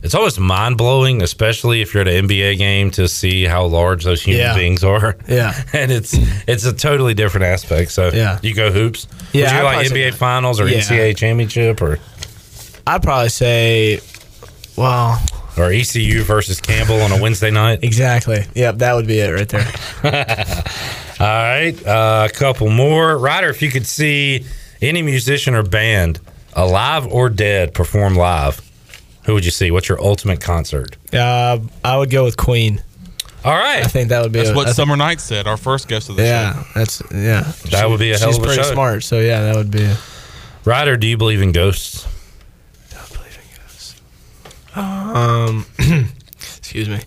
It's almost mind blowing, especially if you're at an NBA game, to see how large those human Yeah. beings are. yeah, (laughs) and it's it's a totally different aspect. So Yeah. you go hoops. Yeah, Would you I'd go probably like say NBA that. finals or Yeah. NCAA championship or I'd probably say well, or ECU versus Campbell on a Wednesday (laughs) night? exactly. Yep, that would be it (laughs) right there. All right, uh, a couple more. Ryder, if you could see any musician or band, alive or dead, perform live, who would you see? What's your ultimate concert? Uh, I would go with Queen. All right, I think that would be That's a, what I think- Summer Night said, our first guest of the show. yeah, that's yeah. that would be a hell She's of a pretty show. smart, so yeah, that would be. A, Ryder, do you believe in ghosts? um, (clears throat) excuse me.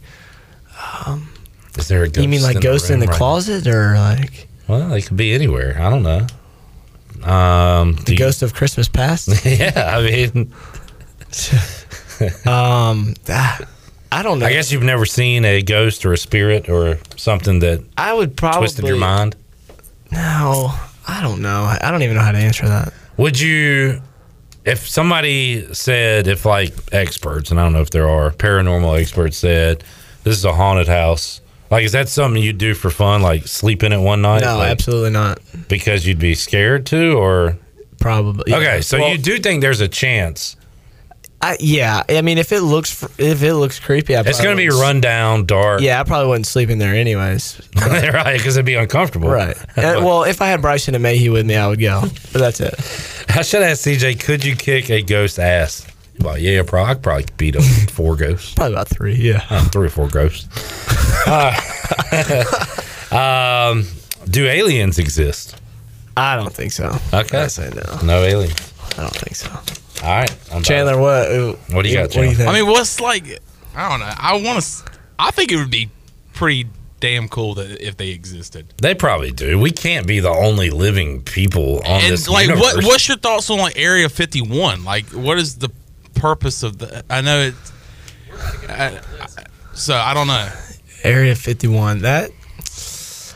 Is there a ghost? You mean like ghost in the room right closet or like now? Well, they could be anywhere. I don't know. (laughs) Um, do the you- ghost of (laughs) Christmas past? Yeah, I mean, um, ah, I don't know. I guess you've never seen a ghost or a spirit or something that I would probably twisted your mind. No, I don't know. I I don't even know how to answer that. Would you, if somebody said, if like experts, and I don't know if there are paranormal experts said, this is a haunted house. Like, is that something you do for fun? Like sleep in it one night? No, Like, absolutely not. Because you'd be scared to, or Probably. okay, so Well, you do think there's a chance I, yeah, I mean, if it looks fr- if it looks creepy, I it's probably going to be wouldn't s- run down, dark. Yeah, I probably wouldn't sleep in there anyways. (laughs) right, because it'd be uncomfortable. (laughs) Right. Uh, well, if I had Bryson and Mayhew with me, I would go. But that's it. I should ask CJ, could you kick a ghost ass? Well, yeah, probably. I could probably beat up four ghosts. Probably about three. Yeah. Uh, three or four ghosts. Uh, (laughs) um, do aliens exist? I don't think so. Okay. I say no. No aliens. I don't think so. All right. I'm Chandler, what? What do you got, What do you Chandler? think? I mean, what's like? I don't know. I want to. I think it would be pretty damn cool that if they existed. They probably do. We can't be the only living people on And this. like, what universe. what's your thoughts on like Area Fifty One? Like, what is the purpose of the? I know it. I- I- so I don't know. Area fifty-one. That. That's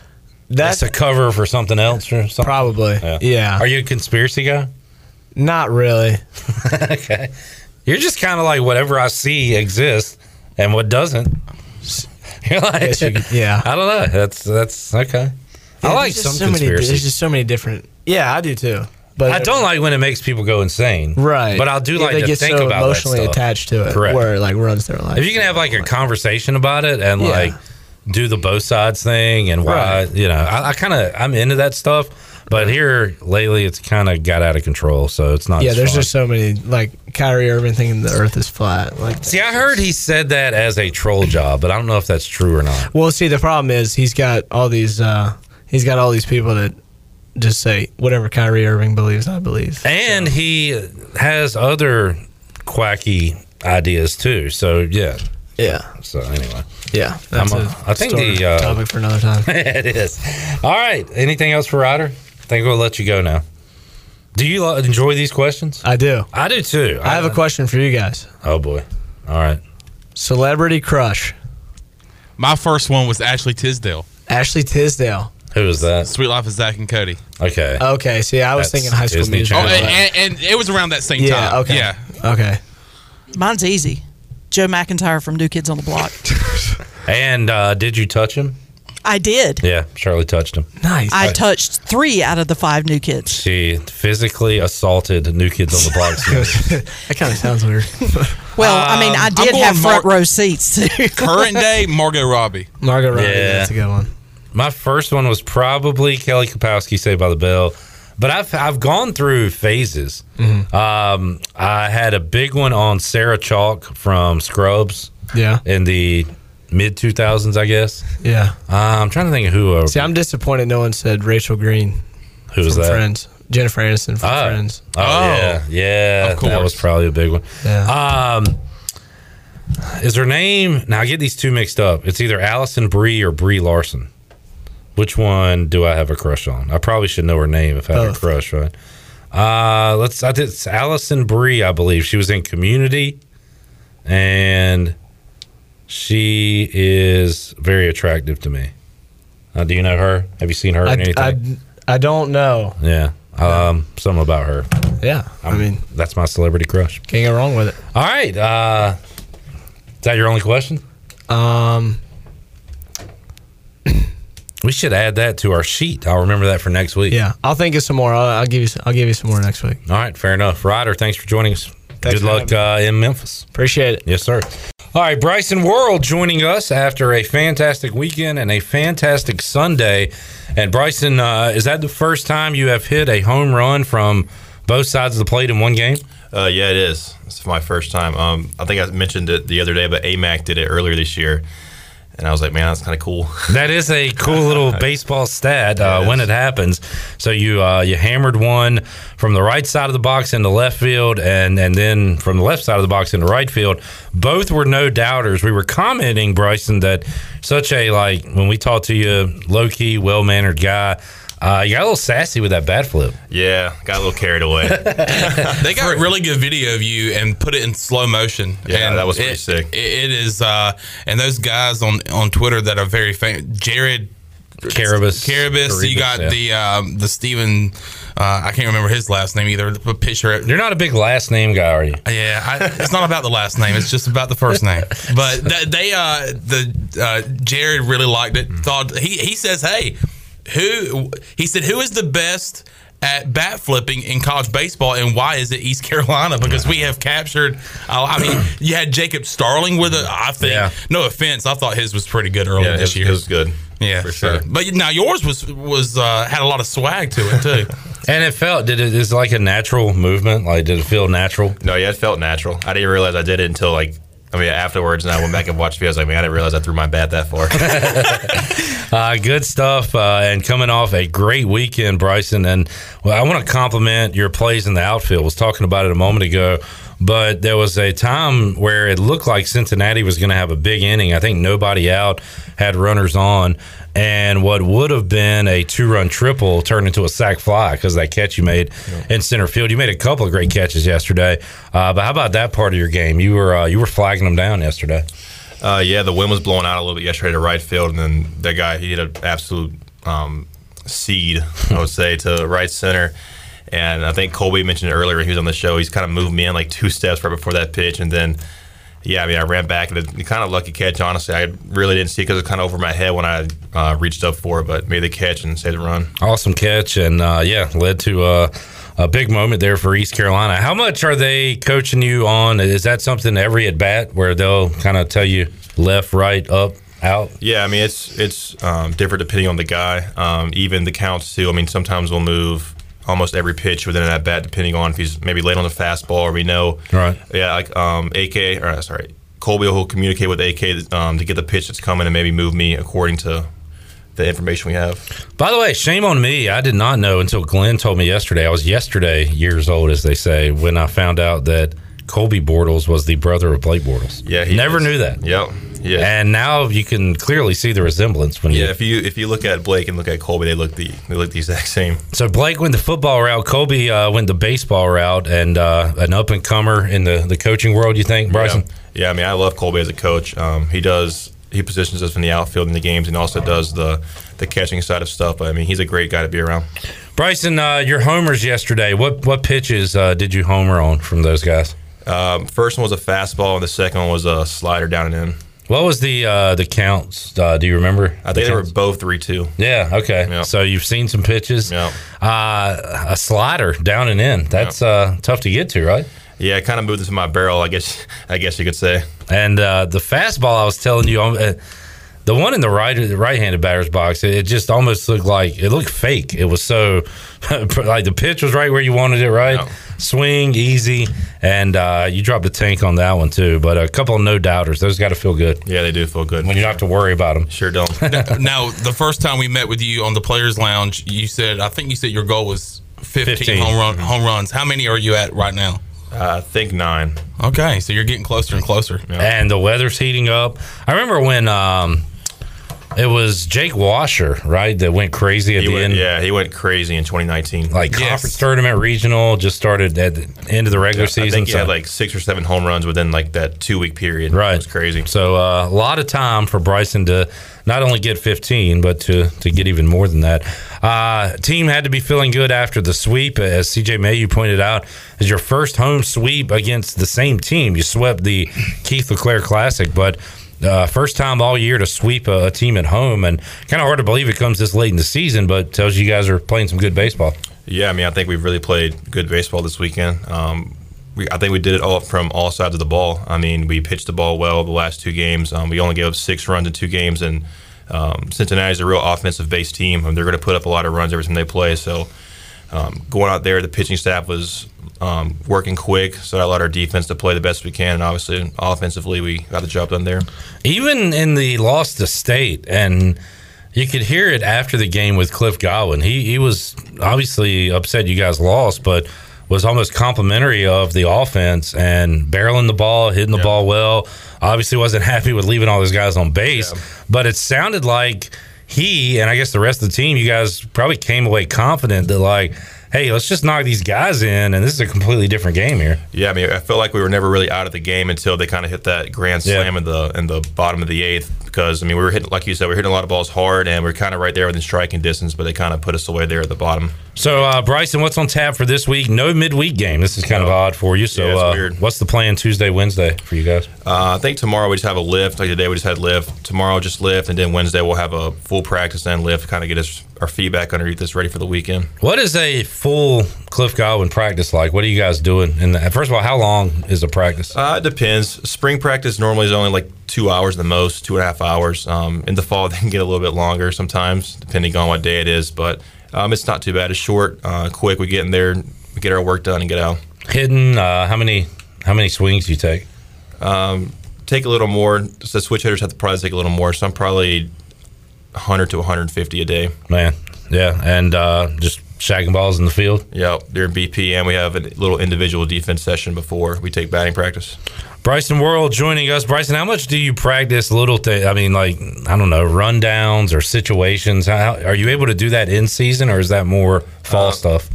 That's a cover for something else or something. probably. Yeah. Are you a conspiracy guy? (laughs) Not really. okay. You're just kind of like whatever I see exists and what doesn't. (laughs) You're like, Yes, you- yeah. I don't know. That's that's okay. I Yeah, like there's some just so many- There's conspiracies. just so many different. Yeah, I do too. But I don't like when it makes people go insane. Right. But I do Yeah, like they to get think so about emotionally that stuff. attached to it. Correct. Where it like runs their life. Oh If you can have like a conversation about it and Yeah. like do the both sides thing and why, Right. you know, I, I kind of I'm into that stuff. But here lately, it's kind of got out of control, so it's not. yeah, as there's fun. just so many like Kyrie Irving thinking the Earth is flat. Like, See, I heard he said that as a troll job, but I don't know if that's true or not. well, see, the problem is he's got all these. uh He's got all these people that just say whatever Kyrie Irving believes, I believe. And he has other quacky ideas too. So yeah. Yeah, So anyway, yeah. That's I'm, a uh, I think story- the, uh, topic for (laughs) another time. it is. All right. Anything else for Ryder? I think we'll let you go now. Do you lo- enjoy these questions? I do. I do too. I have a question for you guys. Oh boy. All right. Celebrity crush: My first one was Ashley Tisdale. Ashley Tisdale. Who is that? Sweet Life of Zach and Cody. Okay. Okay, see, I That's was thinking High School Disney Musical. Oh, Channel. but- and, and, and it was around that same yeah. time. Okay. Yeah. Okay. Mine's easy. Joe McIntyre from New Kids on the Block. and uh, did you touch him? I did. Yeah, Charlie touched him. Nice. I touched three out of the five new kids. She physically assaulted New Kids on the Block. (laughs) that kind of (laughs) sounds weird. Well, I mean, I Um, I'm did going have front Mar- row seats too. Current (laughs) day Margot Robbie. Margot Robbie, Yeah. that's a good one. My first one was probably Kelly Kapowski, Saved by the Bell. But I've I've gone through phases. Um, I had a big one on Sarah Chalk from Scrubs Yeah, in the mid two thousands, I guess. yeah. Uh, I'm trying to think of who. uh, See, I'm disappointed no one said Rachel Green who was from that? Friends, Jennifer Aniston from Oh. Friends. Oh, yeah, yeah. Of That was course. probably a big one. Yeah. Um, is her name? Now I get these two mixed up. It's either Allison Brie or Brie Larson. Which one do I have a crush on? I probably should know her name if I had a Both. crush, right? Uh, let's. I did it's Allison Brie, I believe. She was in Community, and she is very attractive to me. Uh, do you know her? Have you seen her? in I, anything? I, I don't know. yeah. Um, something about her. Yeah, i mean, that's my celebrity crush. can't go wrong with it. All right. Uh, is that your only question? Um, We should add that to our sheet. I'll remember that for next week. yeah, I'll think of some more. I'll, I'll give you. s- I'll give you some more next week. All right. Fair enough. Ryder, thanks for joining us. Good for luck uh, in Memphis. Appreciate it. Yes, sir. All right, Bryson World joining us after a fantastic weekend and a fantastic Sunday. And Bryson, uh, is that the first time you have hit a home run from both sides of the plate in one game? Uh, yeah, it is. It's my first time. Um, I think I mentioned it the other day, but AMAC did it earlier this year, and I was like, man, that's kind of cool. (laughs) That is a cool (laughs) little baseball stat uh, Yes. when it happens. So you uh, you hammered one from the right side of the box into left field, and and then from the left side of the box into right field. Both were no doubters. We were commenting, Bryson, that such a like when we talk to you, low key, well mannered guy. Uh, you got a little sassy with that bat flip. yeah, got a little carried away. (laughs) yeah, They got a really good video of you and put it in slow motion. Yeah, and that was pretty it- sick. it- it is, uh, and those guys on on Twitter that are very famous, Jared Caribus. Caribus. You got yeah. the um, the Stephen. Uh, I can't remember his last name either. A picture. You're not a big last name guy, are you? Yeah, I, it's not about the last name. It's just about the first name. (laughs) But th- they, uh, the uh, Jared really liked it. Thought he he says, "Hey, who?" He said, "Who is the best?" At bat flipping in college baseball, and why is it East Carolina? Because we have captured. Uh, I mean, you had Jacob Starling with it. I think. Yeah. No offense, I thought his was pretty good earlier Yeah, this this year. it was good. Yeah, for sure. so- But now yours was was uh, had a lot of swag to it too. (laughs) And it felt did it is it like a natural movement? Like did it feel natural? No, yeah, it felt natural. I didn't realize I did it until like. I mean, afterwards, and I went back and watched videos. I was like, man, I didn't realize I threw my bat that (laughs) far. Uh, good stuff. Uh, and coming off a great weekend, Bryson. And well, I want to compliment your plays in the outfield. I was talking about it a moment ago, but there was a time where it looked like Cincinnati was going to have a big inning. I think nobody out, had runners on. And what would have been a two run triple turned into a sack fly because that catch you made in center field. You made a couple of great catches yesterday. Uh, but how about that part of your game? You were uh, you were flagging them down yesterday. Uh, yeah, the wind was blowing out a little bit yesterday to right field, and then that guy he did an absolute um, seed, I would say, to right center. And I think Colby mentioned it earlier when he was on the show. He's kind of moved me in like two steps right before that pitch, and then yeah, I mean I ran back and it kind of lucky catch. Honestly, I really didn't see it because it was kind of over my head when I uh, reached up for it, but made the catch and saved the run. Awesome catch, and uh, yeah, led to uh, a big moment there for East Carolina. How much are they coaching you on? Is that something every at bat where they'll kind of tell you left, right, up, out? Yeah, I mean it's it's um, different depending on the guy. Um, even the counts too. I mean sometimes we'll move almost every pitch within that bat depending on if he's maybe late on the fastball or we know. Right. Yeah, like um, AK or uh, sorry, Colby will communicate with AK um, to get the pitch that's coming and maybe move me according to the information we have. By the way, shame on me. I did not know until Glenn told me yesterday. I was yesterday years old, as they say, when I found out that Colby Bortles was the brother of Blake Bortles. Yeah, he never is. knew that. Yep. Yeah. And now you can clearly see the resemblance when you yeah, if you if you look at Blake and look at Colby, they look the they look the exact same. So Blake went the football route. Kobe uh, went the baseball route, and uh, an up and comer in the, the coaching world. You think, Bryson? Yeah. yeah, I mean, I love Colby as a coach. Um, he does he positions us in the outfield in the games, and also does the the catching side of stuff. But I mean, he's a great guy to be around. Bryson, uh, your homers yesterday. What what pitches uh, did you homer on from those guys? Um, first one was a fastball, and the second one was a slider down and in. What was the uh, the counts? Uh, do you remember? I think they were both three two. Yeah. Okay. Yeah. So you've seen some pitches. Yeah, Uh, a slider down and in. That's uh, tough to get to, right? yeah, I kind of moved into my barrel. I guess (laughs) I guess you could say. And uh, the fastball, I was telling you, um, uh, the one in the right the right-handed batter's box, it, it just almost looked like it looked fake. It was so (laughs) like the pitch was right where you wanted it, right? Yeah. Swing easy, and uh, you dropped a tank on that one too. But a couple of no doubters, those got to feel good Yeah, they do feel good. when you don't have to worry about them. sure (laughs) don't. now, the first time we met with you on the Players Lounge, you said I think you said your goal was 15, 15. home run home runs. How many are you at right now? I think nine. Okay, so you're getting closer and closer. and the weather's heating up. I remember when um, it was Jake Washer, right, that went crazy at He the went, end. yeah, he went crazy in 2019. Like Yes. conference tournament, regional, just started at the end of the regular season. I think he so- had like six or seven home runs within like that two week period. Right. it was crazy. So uh, a lot of time for Bryson to not only get 15, but to, to get even more than that. Uh, team had to be feeling good after the sweep, as CJ May you pointed out, is your first home sweep against the same team. You swept the Keith LeClaire Classic, but. Uh, first time all year to sweep a, a team at home, and kind of hard to believe it comes this late in the season, but tells you guys are playing some good baseball. Yeah, I mean, I think we've really played good baseball this weekend. Um, we, I think we did it all from all sides of the ball. I mean, we pitched the ball well the last two games. Um, we only gave up six runs in two games, and um, Cincinnati's a real offensive-based team. and they're going to put up a lot of runs every time they play. So um, going out there, the pitching staff was um, working quick, so that allowed our defense to play the best we can. And obviously, offensively, we got the job done there. even in the loss to state and you could hear it after the game with cliff godwin he, he was obviously upset you guys lost but was almost complimentary of the offense and barreling the ball hitting the ball well obviously wasn't (laughs) happy with leaving all those guys on base but it sounded like he and i guess the rest of the team you guys probably came away confident that like hey, let's just knock these guys in, and this is a completely different game here. Yeah, I mean, I feel like we were never really out of the game until they kind of hit that grand Yeah. slam in the in the bottom of the eighth. Because I mean, we were hitting, like you said, we were hitting a lot of balls hard, and we are kind of right there within striking distance, but they kind of put us away there at the bottom. So, uh, Bryson, what's on tap for this week? No midweek game. This is kind of odd for you. So, Yeah, it's uh, weird. what's the plan Tuesday, Wednesday for you guys? Uh, I think tomorrow we just have a lift. Like today, we just had lift. Tomorrow, just lift, and then Wednesday we'll have a full practice and lift, kind of get us our feedback underneath us ready for the weekend. What is a full Cliff Godwin practice like? What are you guys doing? And uh, first of all, how long is the practice? Uh, it depends. Spring practice normally is only like two hours at the most, two and a half hours. Um, in the fall, (laughs) they can get a little bit longer sometimes, depending on what day it is. But um, it's not too bad. It's short, uh, quick. We get in there, we get our work done, and get out. Hidden? Uh, how many? How many swings do you take? Take a little more. So the switch hitters have to probably take a little more. So I'm probably 100 to 150 a day. Man, yeah, and uh, just shagging balls in the field. Yeah, during BP, and we have a little individual defense session before we take batting practice. Bryson World joining us. Bryson, how much do you practice little things? I mean, like I don't know, rundowns or situations. How, are you able to do that in season, or is that more fall stuff?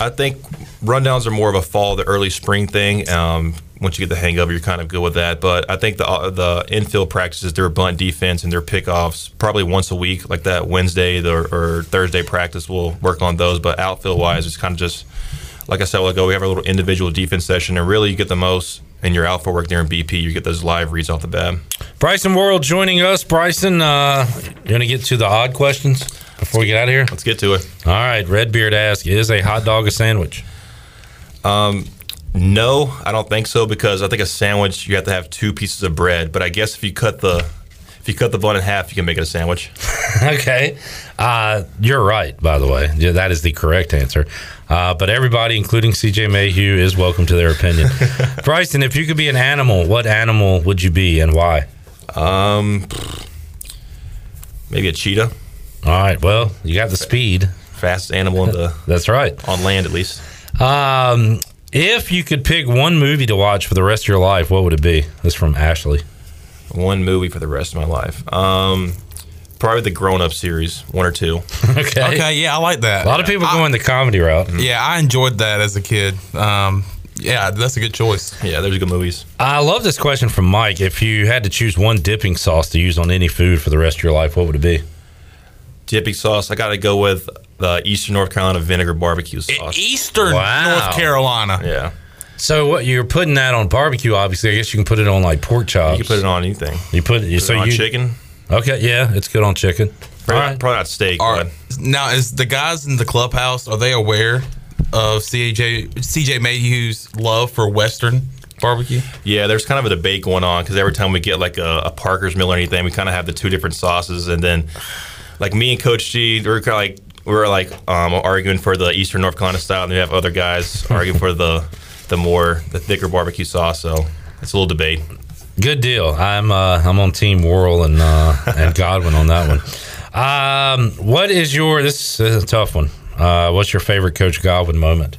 I think rundowns are more of a fall, the early spring thing. Um, once you get the hang of it, you're kind of good with that. But I think the uh, the infield practices, their bunt defense and their pickoffs, probably once a week, like that Wednesday the, or Thursday practice, we'll work on those. But outfield wise, it's kind of just like I said a while ago, we have a little individual defense session, and really you get the most in your outfield work there in BP. You get those live reads off the bat. Bryson World joining us. Bryson, uh, you want to get to the odd questions before we get out of here? Let's get to it. All right, Redbeard asks, is a hot dog a sandwich? (laughs) No, I don't think so because I think a sandwich you have to have two pieces of bread. But I guess if you cut the if you cut the bun in half, you can make it a sandwich. okay. Uh, you're right, by the way. Yeah, that is the correct answer. Uh, but everybody, including CJ Mayhew, is welcome to their opinion. (laughs) Bryson, if you could be an animal, what animal would you be and why? Maybe a cheetah, All right. Well, you got the speed. fastest animal on (laughs) the That's right. on land at least. Um, if you could pick one movie to watch for the rest of your life, what would it be? This is from Ashley. (laughs) One movie for the rest of my life. Um, probably the Grown Up series, one or two. Okay. Okay, yeah, I like that. A lot of people I- going the comedy route. Yeah, I enjoyed that as a kid. Um, yeah, that's a good choice. Yeah, those are good movies. I love this question from Mike. If you had to choose one dipping sauce to use on any food for the rest of your life, what would it be? Dipping sauce. I got to go with the Eastern North Carolina vinegar barbecue sauce. Eastern Wow. North Carolina. yeah, So what you're putting that on barbecue? Obviously, I guess you can put it on like pork chops. you can put it on anything. You put it. Put so it on you chicken. okay? Yeah, it's good on chicken. All Probably, right. probably not steak. All right. but Now, is the guys in the clubhouse are they aware of CJ CJ Mayhew's love for Western barbecue? Yeah, there's kind of a debate going on because every time we get like a, a Parker's meal or anything, we kind of have the two different sauces, and then like me and Coach G, we're kind of like we're like um, arguing for the Eastern North Carolina style, and we have other guys (laughs) arguing for the the more the thicker barbecue sauce. So it's a little debate. Good deal. I'm uh, I'm on Team Whirl and uh, and Godwin on that one. Um, what is your this is a tough one? Uh, what's your favorite Coach Godwin moment?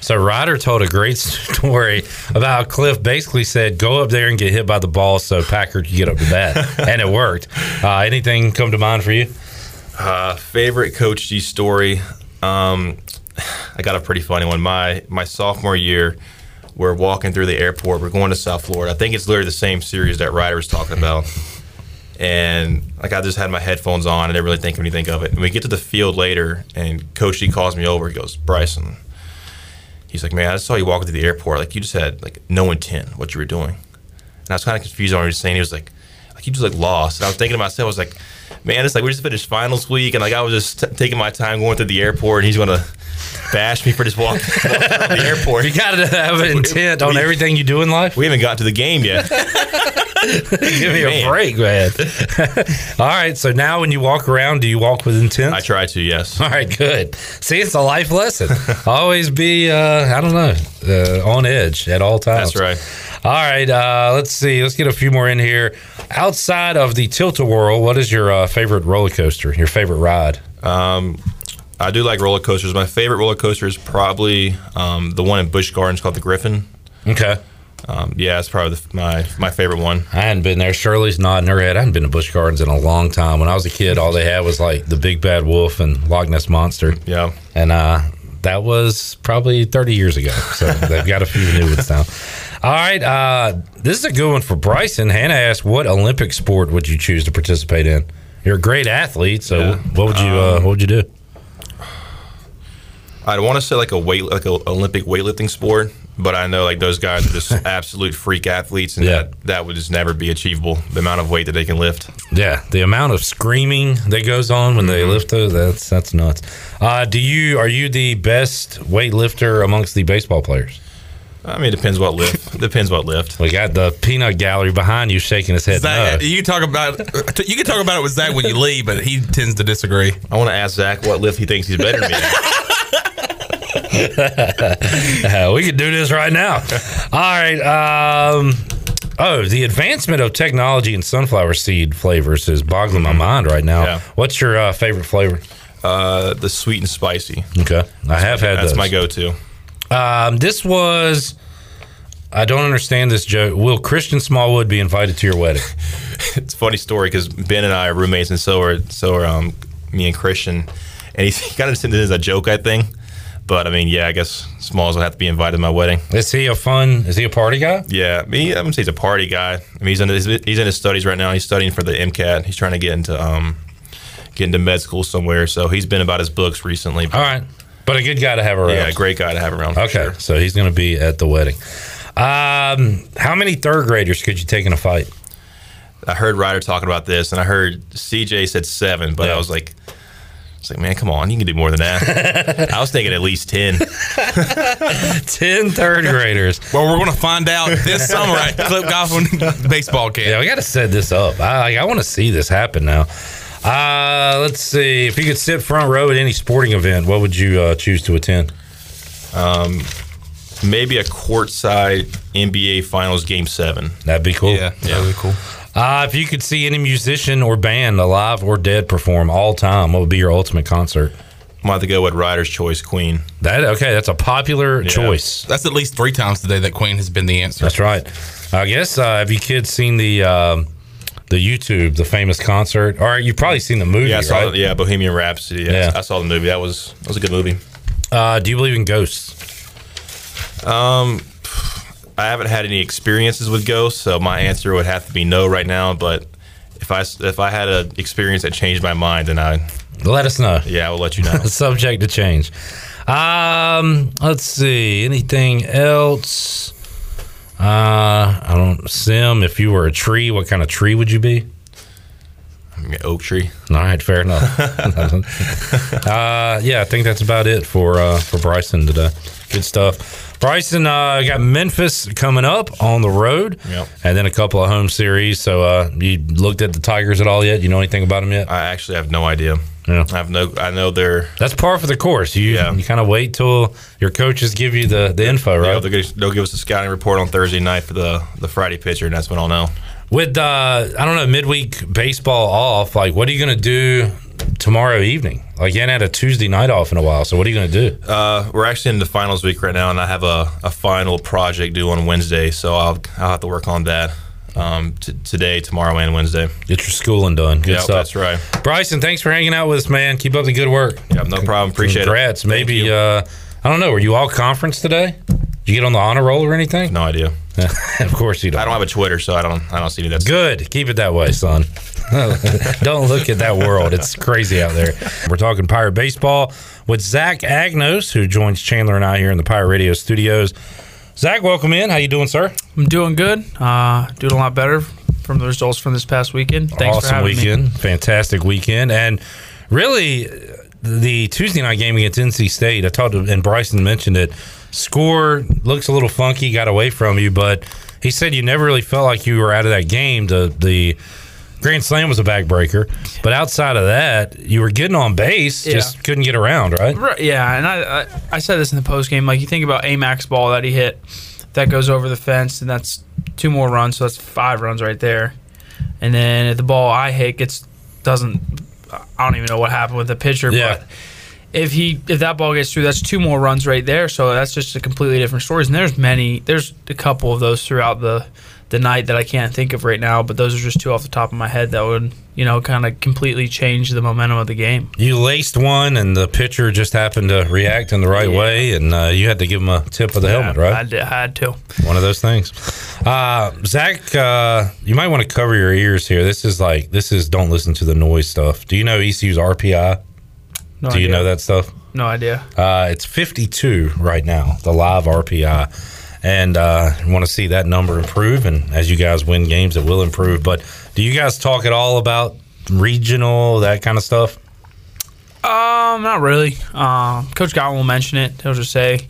So Ryder told a great (laughs) story about how Cliff basically said, "Go up there and get hit by the ball, so Packard can get up to (laughs) bat," and it worked. Uh, anything come to mind for you? Uh, favorite Coach G story. Um, (sighs) I got a pretty funny one. My my sophomore year, we're walking through the airport. We're going to South Florida. I think it's literally the same series that Ryder was talking about. And like I just had my headphones on, I didn't really think of anything of it. And we get to the field later, and Coach D calls me over. He goes, Bryson. He's like, man, I saw you walking through the airport. Like you just had like no intent what you were doing. And I was kind of confused on what he was saying. He was like, like you just like lost. And I was thinking to myself, I was like, man, it's like we just finished finals week, and like I was just t- taking my time going through the airport, and he's gonna bash me for just walking (laughs) walking around the airport. You got to have an intent on we- everything you do in life. We haven't got to the game yet. (laughs) Give me a Man. break, man. (laughs) All right. So now when you walk around, do you walk with intent? I try to, (laughs) yes. All right, good. See, it's a life (laughs) lesson. Always be, uh, I don't know, uh, on edge at all times. That's right. All right, uh, let's see. Let's get a few more in here. Outside of the tilt a whirl, what is your uh, favorite roller coaster? Your favorite ride? Um, I do like roller coasters. My favorite roller coaster is probably um, the one in Busch Gardens called the Griffin. Okay, Um, yeah, it's probably the, my my favorite one. I hadn't been there. Shirley's nodding her head. I hadn't been to Busch Gardens in a long time. When I was a kid, all they had was like the Big Bad Wolf and Loch Ness Monster. Yeah. and uh, that was probably 30 years ago. So they've got a few new ones now. All right. Uh, this is a good one for Bryson. Hannah asked, "What Olympic sport would you choose to participate in?" You're a great athlete, so what would you uh, what would you do? I'd want to say like a weight, like an Olympic weightlifting sport, but I know like those guys are just absolute freak athletes, and Yeah. that that would just never be achievable. The amount of weight that they can lift. Yeah, the amount of screaming that goes on when they lift those, that's that's nuts. Uh, do you are you the best weightlifter amongst the baseball players? I mean, it depends what lift. depends what lift. We got the peanut gallery behind you shaking his head. Zach, no. you can talk about you can talk about it with Zach when you leave, but he tends to disagree. I want to ask Zach what lift he thinks he's better than me. at. Uh, we could do this right now. All (laughs) right. Um, oh, the advancement of technology in sunflower seed flavors is boggling my mind right now. Mm-hmm. Yeah. What's your uh, favorite flavor? Uh, the sweet and spicy. Okay, I have had That's those. my go-to. Um, this was. I don't understand this joke. Will Christian Smallwood be invited to your (laughs) wedding? It's a funny story because Ben and I are roommates, and so are so are um, me and Christian, and he (laughs) kind of sent it as a joke, I think. But I mean, yeah, I guess Smalls will have to be invited to my wedding. Is he a fun? Is he a party guy? Yeah, I mean, I wouldn't say he's a party guy. I mean, he's in his, he's in his studies right now. He's studying for the MCAT. He's trying to get into um, get into med school somewhere. So he's been about his books recently. All right, but a good guy to have around. Yeah, great guy to have around. For Okay, sure. so he's going to be at the wedding. Um, how many third graders could you take in a (laughs) fight? I heard Ryder talking about this, and I heard CJ said seven, but Yeah. I was like, it's like, man, come on, you can do more than that. I was thinking at least ten. Ten third graders. Well, we're going to find out this summer at Clip Golf and Baseball Camp. Yeah, we got to set this up. I like, I want to see this happen now. Uh, let's see. If you could sit front row at any sporting event, what would you uh, choose to attend? Maybe a courtside NBA Finals Game Seven. That'd be cool. that'd be cool. Uh, if you could see any musician or band, alive or dead, perform all time, what would be your ultimate concert? I'm about to go with Ryder's choice, Queen. That okay? That's a popular choice. That's at least three times today that Queen has been the answer. That's right. I guess uh, have you kids seen the um, the YouTube, the famous concert? Or you've probably seen the movie, Yeah, I saw, right? yeah, Bohemian Rhapsody. Yeah, Yeah. I saw the movie. That was that was a good movie. Uh, do you believe in ghosts? I haven't had any experiences with ghosts, so my answer would have to be no right now. But if I s- if I had an experience that changed my mind, then I Let us know. yeah, I will let you (laughs) know. subject to change. Um, let's see. Anything else? Uh, I don't. Sim, if you were a tree, what kind of tree would you be? Yeah, Oak tree. All right, fair (laughs) enough. uh, yeah, I think that's about it for uh, for Bryson today. Good stuff. Bryson uh, got Memphis coming up on the road, Yep. and then a couple of home series. So, uh, you looked at the Tigers at all yet? You know anything about them yet? I actually have no idea. Yeah. I have no. I know they're That's par for the course. You Yeah. you kind of wait till your coaches give you the, the info, right? they'll, they'll give- they'll give us a scouting report on Thursday night for the the Friday pitcher, and that's when I'll know. With uh, I don't know midweek baseball off, like what are you going to do tomorrow evening? Like you ain't had a Tuesday night off in a while, so what are you going to do? Uh, we're actually in the finals week right now, and I have a, a final project due on Wednesday, so I'll I'll have to work on that um, t- today, tomorrow, and Wednesday. Get your schooling done. Good Yeah, stuff. that's right. Bryson, thanks for hanging out with us, man. Keep up the good work. Yeah, no problem. Appreciate Congrats. it. Thank Maybe you. uh, I don't know. Were you all conference today? Did you get on the honor roll or anything? no idea. (laughs) of course you don't. I don't have a Twitter, so I don't I don't see any of that. Good. Keep it that way, son. (laughs) Don't look at that world. It's crazy out there. We're talking Pirate Baseball with Zach Agnos, who joins Chandler and I here in the Pirate Radio studios. Zach, welcome in. How you doing, sir? I'm doing good. Uh, doing a lot better from the results from this past weekend. Thanks for awesome having me. weekend. Fantastic weekend. And really, the Tuesday night game against NC State, I talked to, and Bryson mentioned it. Score looks a little funky, got away from you, but he said you never really felt like you were out of that game. The, the Grand Slam was a backbreaker, but outside of that, you were getting on base, just couldn't get around, right? Right, yeah, and I, I I said this in the post game. Like you think about Amax ball that he hit, that goes over the fence, and that's two more runs, so that's five runs right there. And then if the ball I hit gets doesn't, I don't even know what happened with the pitcher. Yeah. But if he if that ball gets through, that's two more runs right there. So that's just a completely different story. And there's many, there's a couple of those throughout the the night that I can't think of right now, but those are just two off the top of my head that would you know, kind of completely changed the momentum of the game. You laced one, and the pitcher just happened to react in the right way, and uh, you had to give him a tip of the helmet, right? I, did, I had to. one of those things. Uh, Zach, uh, you might want to cover your ears here. This is like this is don't listen to the noise stuff. Do you know E ECU's RPI? No Do you idea. know that stuff? No idea. Uh, it's 52 right now, the live RPI, and uh, want to see that number improve. And as you guys win games, it will improve. But do you guys talk at all about regional that kind of stuff? Um, not really. Um, Coach Godwin will mention it. He'll just say,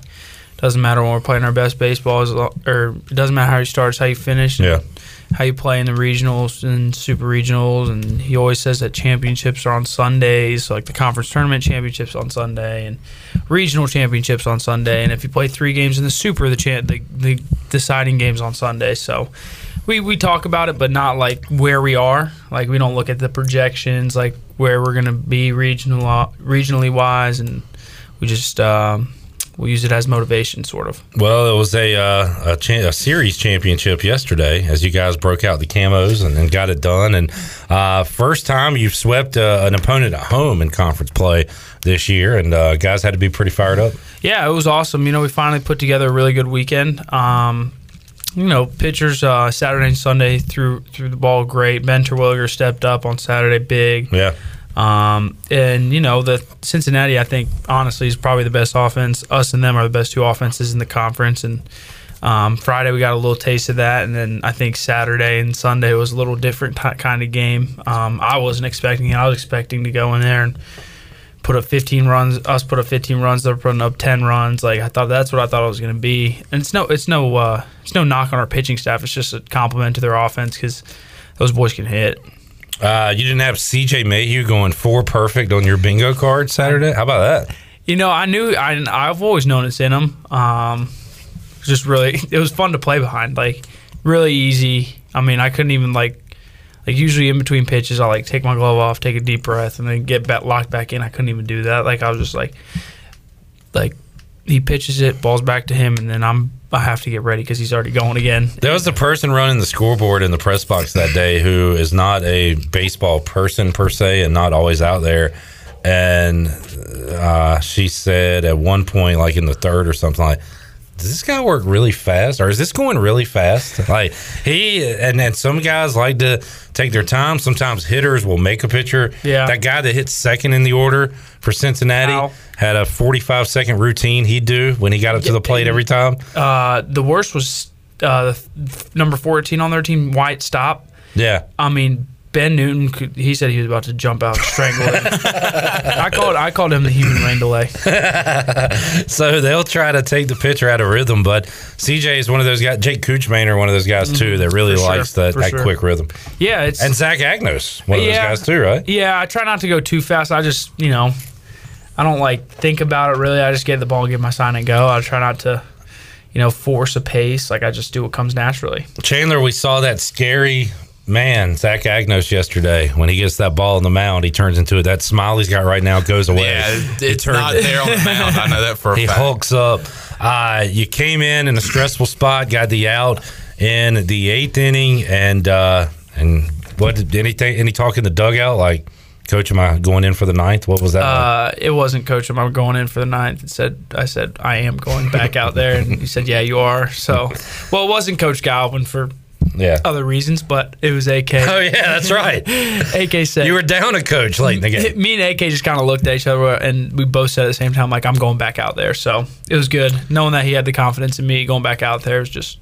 "Doesn't matter when we're playing our best baseball, as lo- or it doesn't matter how you start, it's how you finish, and Yeah. how you play in the regionals and super regionals." And he always says that championships are on Sundays, so like the conference tournament championships on Sunday and regional championships on Sunday. And if you play three games in the super, the cha- the, the deciding games on Sunday. So. We, we talk about it, but not like where we are. Like we don't look at the projections, like where we're gonna be regional regionally wise, and we just um, we use it as motivation, sort of. Well, it was a uh, a, cha- a series championship yesterday as you guys broke out the camos and, and got it done. And uh, first time you've swept uh, an opponent at home in conference play this year, and uh, guys had to be pretty fired up. Yeah, it was awesome. You know, we finally put together a really good weekend. Um, you know, pitchers uh, Saturday and Sunday threw threw the ball great. Ben Terwilliger stepped up on Saturday, big. Yeah, Um, and you know, the Cincinnati, I think honestly is probably the best offense. Us and them are the best two offenses in the conference. And um, Friday we got a little taste of that, and then I think Saturday and Sunday was a little different ti kind of game. Um, I wasn't expecting it. I was expecting to go in there and put up 15 runs. Us put up 15 runs. They're putting up 10 runs. Like I thought that's what I thought it was going to be. And it's no, it's no, uh, it's no knock on our pitching staff. It's just a compliment to their offense because those boys can hit. uh, you didn't have C.J. Mayhew going four perfect on your bingo card Saturday. How about that? You know, I knew I, I've always known it's in him. Um, it's just really, (laughs) it was fun to play behind. Like, really easy. I mean, I couldn't even like, like usually in between pitches, I like take my glove off, take a deep breath, and then get back, locked back in. I couldn't even do that. Like I was just like, like he pitches it, balls back to him, and then I'm I have to get ready because he's already going again. There was the person running the scoreboard in the press box that day who is not a baseball person per se and not always out there. And uh, she said at one point, like in the third or something, like, does this guy work really fast or is this going really fast? Like he and then some guys like to take their time. Sometimes hitters will make a pitcher. Yeah. That guy that hit second in the order for Cincinnati Ow. had a 45 second routine he'd do when he got up to the plate every time. Uh, the worst was uh, number fourteen on their team, White Stop. Yeah. I mean, Ben Newton, could, he said he was about to jump out and strangle him. I called I called him the human rain delay. So they'll try to take the pitcher out of rhythm, but CJ is one of those guys. Jake Kuchman are one of those guys too that really Mm-hmm. For sure, likes that, for that sure. quick rhythm. Yeah, it's And Zach Agnos, one of Yeah. those guys too, right? yeah. I try not to go too fast. I just you know, I don't like think about it really. I just get the ball, give my sign, and go. I try not to. You know, force a pace. Like I just do what comes naturally. Chandler, we saw that scary man, Zach Agnos, yesterday when he gets that ball on the mound. He turns into it. That smile he's got right now goes away. Yeah, He it's turned- not there on the mound. I know that for a He fact. hulks up. Uh, you came in in a stressful spot, got the out in the eighth inning, and uh, and what did anything? Any talk in the dugout? Like, coach, am I going in for the ninth? What was that? like? Uh, it wasn't coach. I'm going in for the ninth. It said I said I am going back out there, and he said, "Yeah, you are." So, well, it wasn't Coach Galvin for Yeah. other reasons, but it was AK. Oh yeah, that's right. AK said You were down a coach late in the game. me and AK just kind of looked at each other and we both said at the same time, like, I'm going back out there. So it was good. Knowing that he had the confidence in me going back out there was just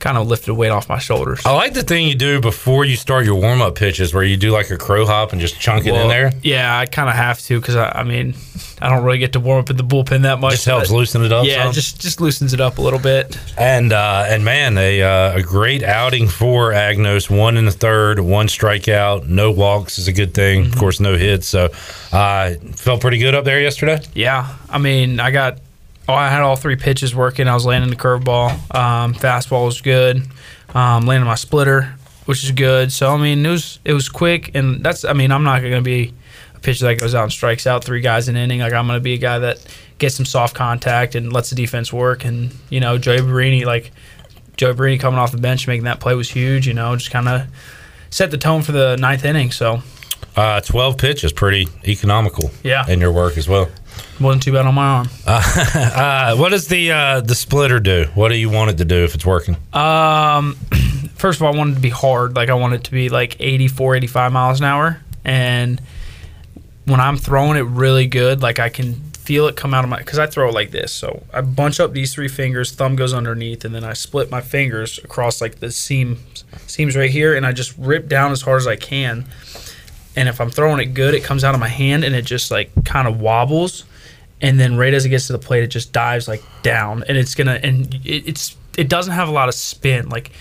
kind of lifted a weight off my shoulders. I like the thing you do before you start your warm up pitches, where you do like a crow hop and just chunk it in there. Yeah, I kind of have to because I, I mean, I don't really get to warm up in the bullpen that much. Just helps but- loosen it up. Yeah, some. just just loosens it up a little bit. And uh, and man, a uh, a great outing for Agnos. One in the third, one strikeout, no walks is a good thing. Of course, no hits. So uh, felt pretty good up there yesterday. Yeah, I mean, I got, oh, I had all three pitches working. I was landing the curveball, um, fastball was good, um, landing my splitter, which is good. So I mean, it was it was quick, and that's I mean, I'm not going to be a pitcher that goes out and strikes out three guys an inning. Like I'm going to be a guy that gets some soft contact and lets the defense work. And you know, Joey Barini, like Joey Barini coming off the bench making that play was huge. You know, just kind of set the tone for the ninth inning. So Uh, 12 pitch is pretty economical Yeah. in your work as well. wasn't too bad on my arm. Uh, what does the uh, the splitter do? What do you want it to do if it's working? Um, (clears throat) first of all, I wanted it to be hard. Like I want it to be like 84, 85 miles an hour. And when I'm throwing it really good, like I can feel it come out of my because I throw it like this. So I bunch up these three fingers, thumb goes underneath, and then I split my fingers across like the seam seams right here, and I just rip down as hard as I can. And if I'm throwing it good, it comes out of my hand and it just like kind of wobbles and then right as it gets to the plate, it just dives like down, and it's gonna and it, it's it doesn't have a lot of spin. Like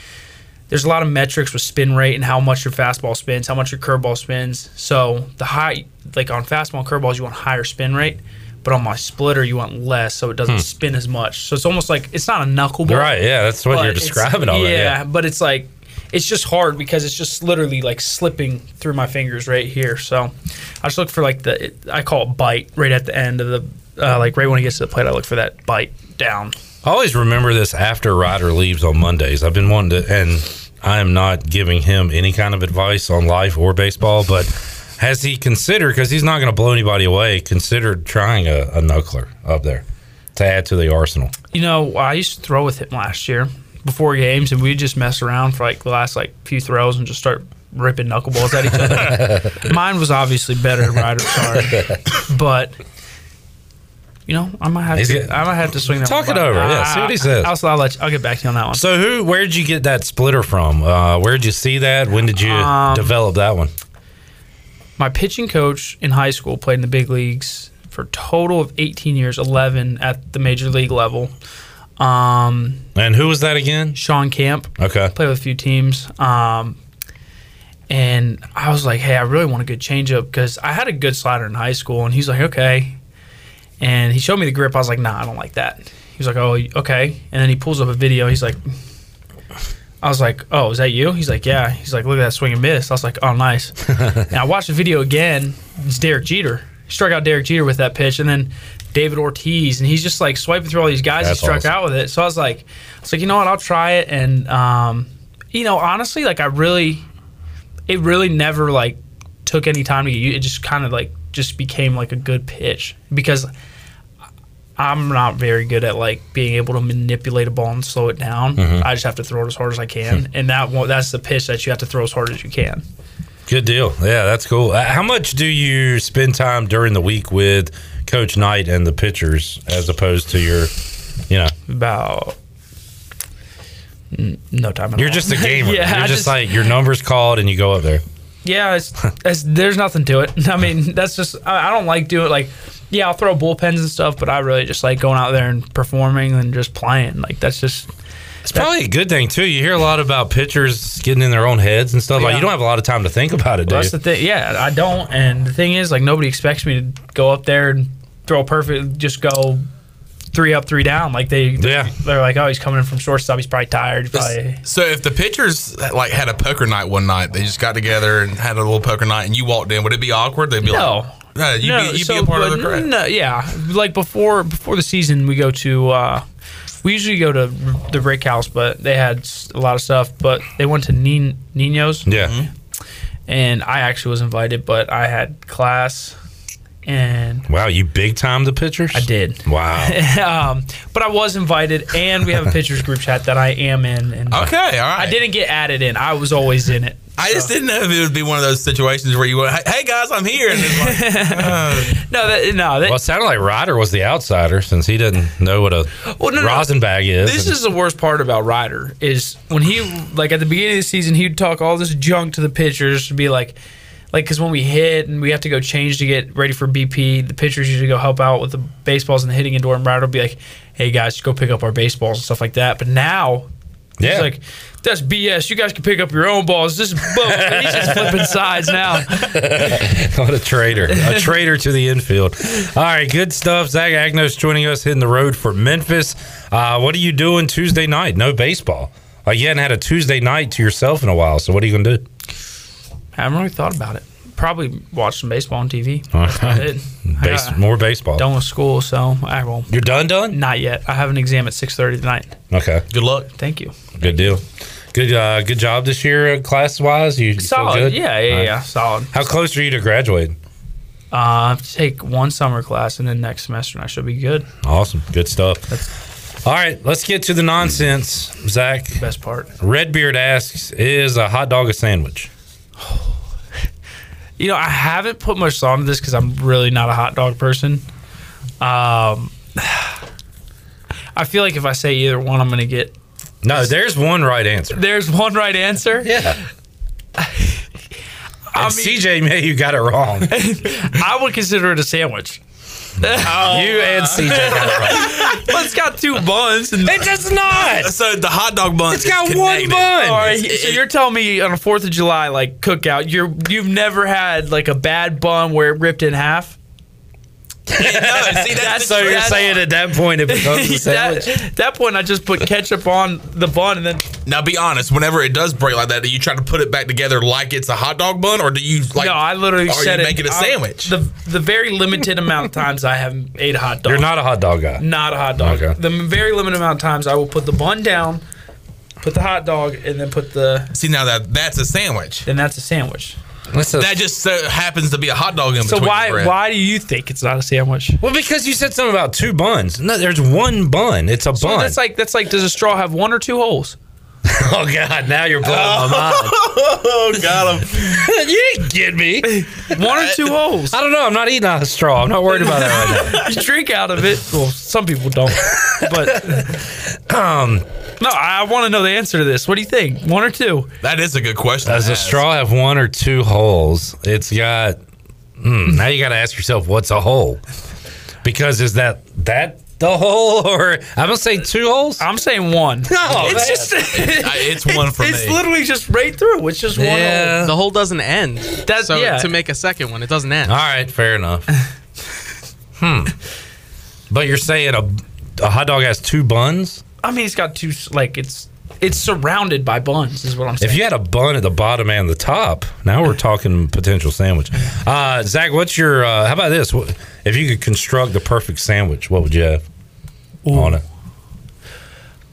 there's a lot of metrics with spin rate and how much your fastball spins, how much your curveball spins. So the high, like on fastball and curveballs, you want higher spin rate, but on my splitter, you want less, so it doesn't spin as much. So it's almost like it's not a knuckleball. Hmm. Right, yeah, that's what but you're it's- describing all yeah, that. Yeah. but it's like it's just hard because it's just literally like slipping through my fingers right here. So I just look for like the it, I call it bite right at the end of the uh, like right when he gets to the plate. I look for that bite down. I always remember this after Ryder leaves on Mondays. I've been wanting to, and I am not giving him any kind of advice on life or baseball, but has he considered, because he's not going to blow anybody away, considered trying a, a knuckler up there to add to the arsenal? You know, I used to throw with him last year before games, and we'd just mess around for like the last like few throws and just start ripping knuckleballs at each (laughs) other. Mine was obviously better, Ryder. Sorry, but you know, I might have He's to. get- I might have to swing that. Talk one it by. over, yeah, see what he says. I'll, I'll let you, I'll get back to you on that one. So, who, where did you get that splitter from? Uh, where did you see that? When did you Um, develop that one? my pitching coach in high school played in the big leagues for a total of 18 years, 11 at the major league level. Um, And who was that again? Sean Camp Okay. played with a few teams. Um, and I was like, hey, I really want a good changeup because I had a good slider in high school. And he's like, okay. And he showed me the grip. I was like, nah, I don't like that. He was like, oh, okay. And then he pulls up a video. He's like, I was like, oh, is that you? He's like, yeah. He's like, look at that swing and miss. I was like, (laughs) oh, nice. and I watched the video again. It's Derek Jeter. He struck out Derek Jeter with that pitch. And then David Ortiz. And he's just like swiping through all these guys That's he struck awesome. out with it. So I was like, I was like, you know what? I'll try it. And, um, you know, honestly, like I really, it really never like took any time to get used. It just kind of like just became like a good pitch because I'm not very good at like being able to manipulate a ball and slow it down. Mm-hmm. I just have to throw it as hard as I can, Hmm. and that one, that's the pitch that you have to throw as hard as you can. Good deal. Yeah, that's cool. Uh, How much do you spend time during the week with Coach Knight and the pitchers as opposed to your, you know, About n- no time. At you're all. just a gamer. (laughs) Yeah, you're I just, just- like your numbers called and you go up there. yeah. (laughs) It's, it's, there's nothing to it. (laughs) I mean, that's just I, I don't like doing like. Yeah, I'll throw bullpens and stuff, but I really just like going out there and performing and just playing. Like that's just It's probably a good thing too. You hear a lot about pitchers getting in their own heads and stuff. Like Yeah. you don't have a lot of time to think about it, do Well, you? that's the thing. Yeah, I don't. And the thing is, like, nobody expects me to go up there and throw a perfect, just go three up, three down. Like they, Yeah. they're like, oh, he's coming in from shortstop. He's probably tired. He's probably. So if the pitchers like had a poker night one night, they just got together and had a little poker night, and you walked in, would it be awkward? They'd be No. like, "No, you'd, no, be, you'd so, be a part of but the crowd." No, yeah, like before before the season, we go to. uh we usually go to the Brick House, but they had s- a lot of stuff. But they went to Nin- Nino's. yeah. And I actually was invited, but I had class. And Wow, you big time the pitchers. I did. Wow. (laughs) (laughs) um, but I was invited, and we have a pitchers group chat that I am in. And Okay, all right. I didn't get added in. I was always in it. I just didn't know if it would be one of those situations where you went, "Hey hey, guys, I'm here," and (laughs) it's like, No, that, no. That, Well, it sounded like Ryder was the outsider since he didn't know what a Well, no, no. rosin bag is. this and- is the worst part about Ryder is when he like at the beginning of the season he'd talk all this junk to the pitchers to be like, like because when we hit and we have to go change to get ready for BP, the pitchers usually go help out with the baseballs and the hitting indoor, and Ryder will be like, "Hey guys, go pick up our baseballs and stuff like that." But now yeah. He's like, that's BS. You guys can pick up your own balls. This is (laughs) both. He's just flipping sides now. What a traitor. (laughs) A traitor to the infield. All right, good stuff. Zach Agnos joining us hitting the road for Memphis. Uh, what are you doing Tuesday night? No baseball. Like you hadn't had a Tuesday night to yourself in a while, so what are you gonna do? I haven't really thought about it. Probably watch some baseball on TV. That's (laughs) about it. I Base, got- more baseball. done with school, so I will You're done done? not yet. I have an exam at six thirty tonight. Okay. "Good luck." Thank you. Good deal. Good, uh, good job this year, class wise. You you feel Solid. good? Yeah, yeah, yeah. Solid. How close are you to graduating? Uh, I have to take one summer class and then next semester, and I should be good. Awesome, good stuff. All right, let's get to the nonsense, Zach. Best part. Redbeard asks, "Is a hot dog a sandwich?" You know, I haven't put much thought into this because I'm really not a hot dog person. Um, (sighs) I feel like if I say either one, I'm going to get. No, there's one right answer. There's one right answer. Yeah. I mean, CJ Mayhew got it wrong. (laughs) you I would consider it a sandwich. and CJ got it wrong. (laughs) But it's got two buns. And It does not. So the hot dog bun. It's got one bun. All right, so you're telling me on a Fourth of July like cookout, you're you've never had like a bad bun where it ripped in half. See, that's, So you're saying at that point it becomes a sandwich? (laughs) that, that point, I just put ketchup on the bun and then Now be honest. Whenever it does break like that, do you try to put it back together like it's a hot dog bun, or do you like? no, I literally are said you it. making a I- sandwich? the the very limited amount of times I have ate a hot dog. You're not a hot dog guy. not a hot dog. Okay. The very limited amount of times I will put the bun down, put the hot dog, and then put the See now that that's a sandwich. then that's a sandwich. That's a- That just so happens to be a hot dog in So between why the bread. why do you think it's not a sandwich? well, because you said something about two buns. No, there's one bun. It's a So bun. that's like that's like does a straw have one or two holes? (laughs) oh God, now you're blowing my Oh, got him. mind. you didn't get me. One or (laughs) two holes. I don't know. I'm not eating out of a straw. I'm not worried about that right now. You drink out of it. Well, some people don't. But um, no, I want to know the answer to this. What do you think? One or two? That is a good question. Does a to ask. straw have one or two holes? It's got. Hmm, now you got to ask yourself, what's a hole? Because is that that the hole, (laughs) or I'm gonna say two holes? I'm saying one. No, it's man. just I- it's one for (laughs) it's me. literally just right through. It's just one. hole. yeah. The hole doesn't end. That's so yeah. to make a second one, it doesn't end. All right, fair enough. hmm. But you're saying a a hot dog has two buns? I mean, it's got two. s- Like it's it's surrounded by buns. Is what I'm saying. If you had a bun at the bottom and the top, now we're talking potential sandwich. Uh, Zach, what's your? Uh, how about this? What- If you could construct the perfect sandwich, what would you have on it?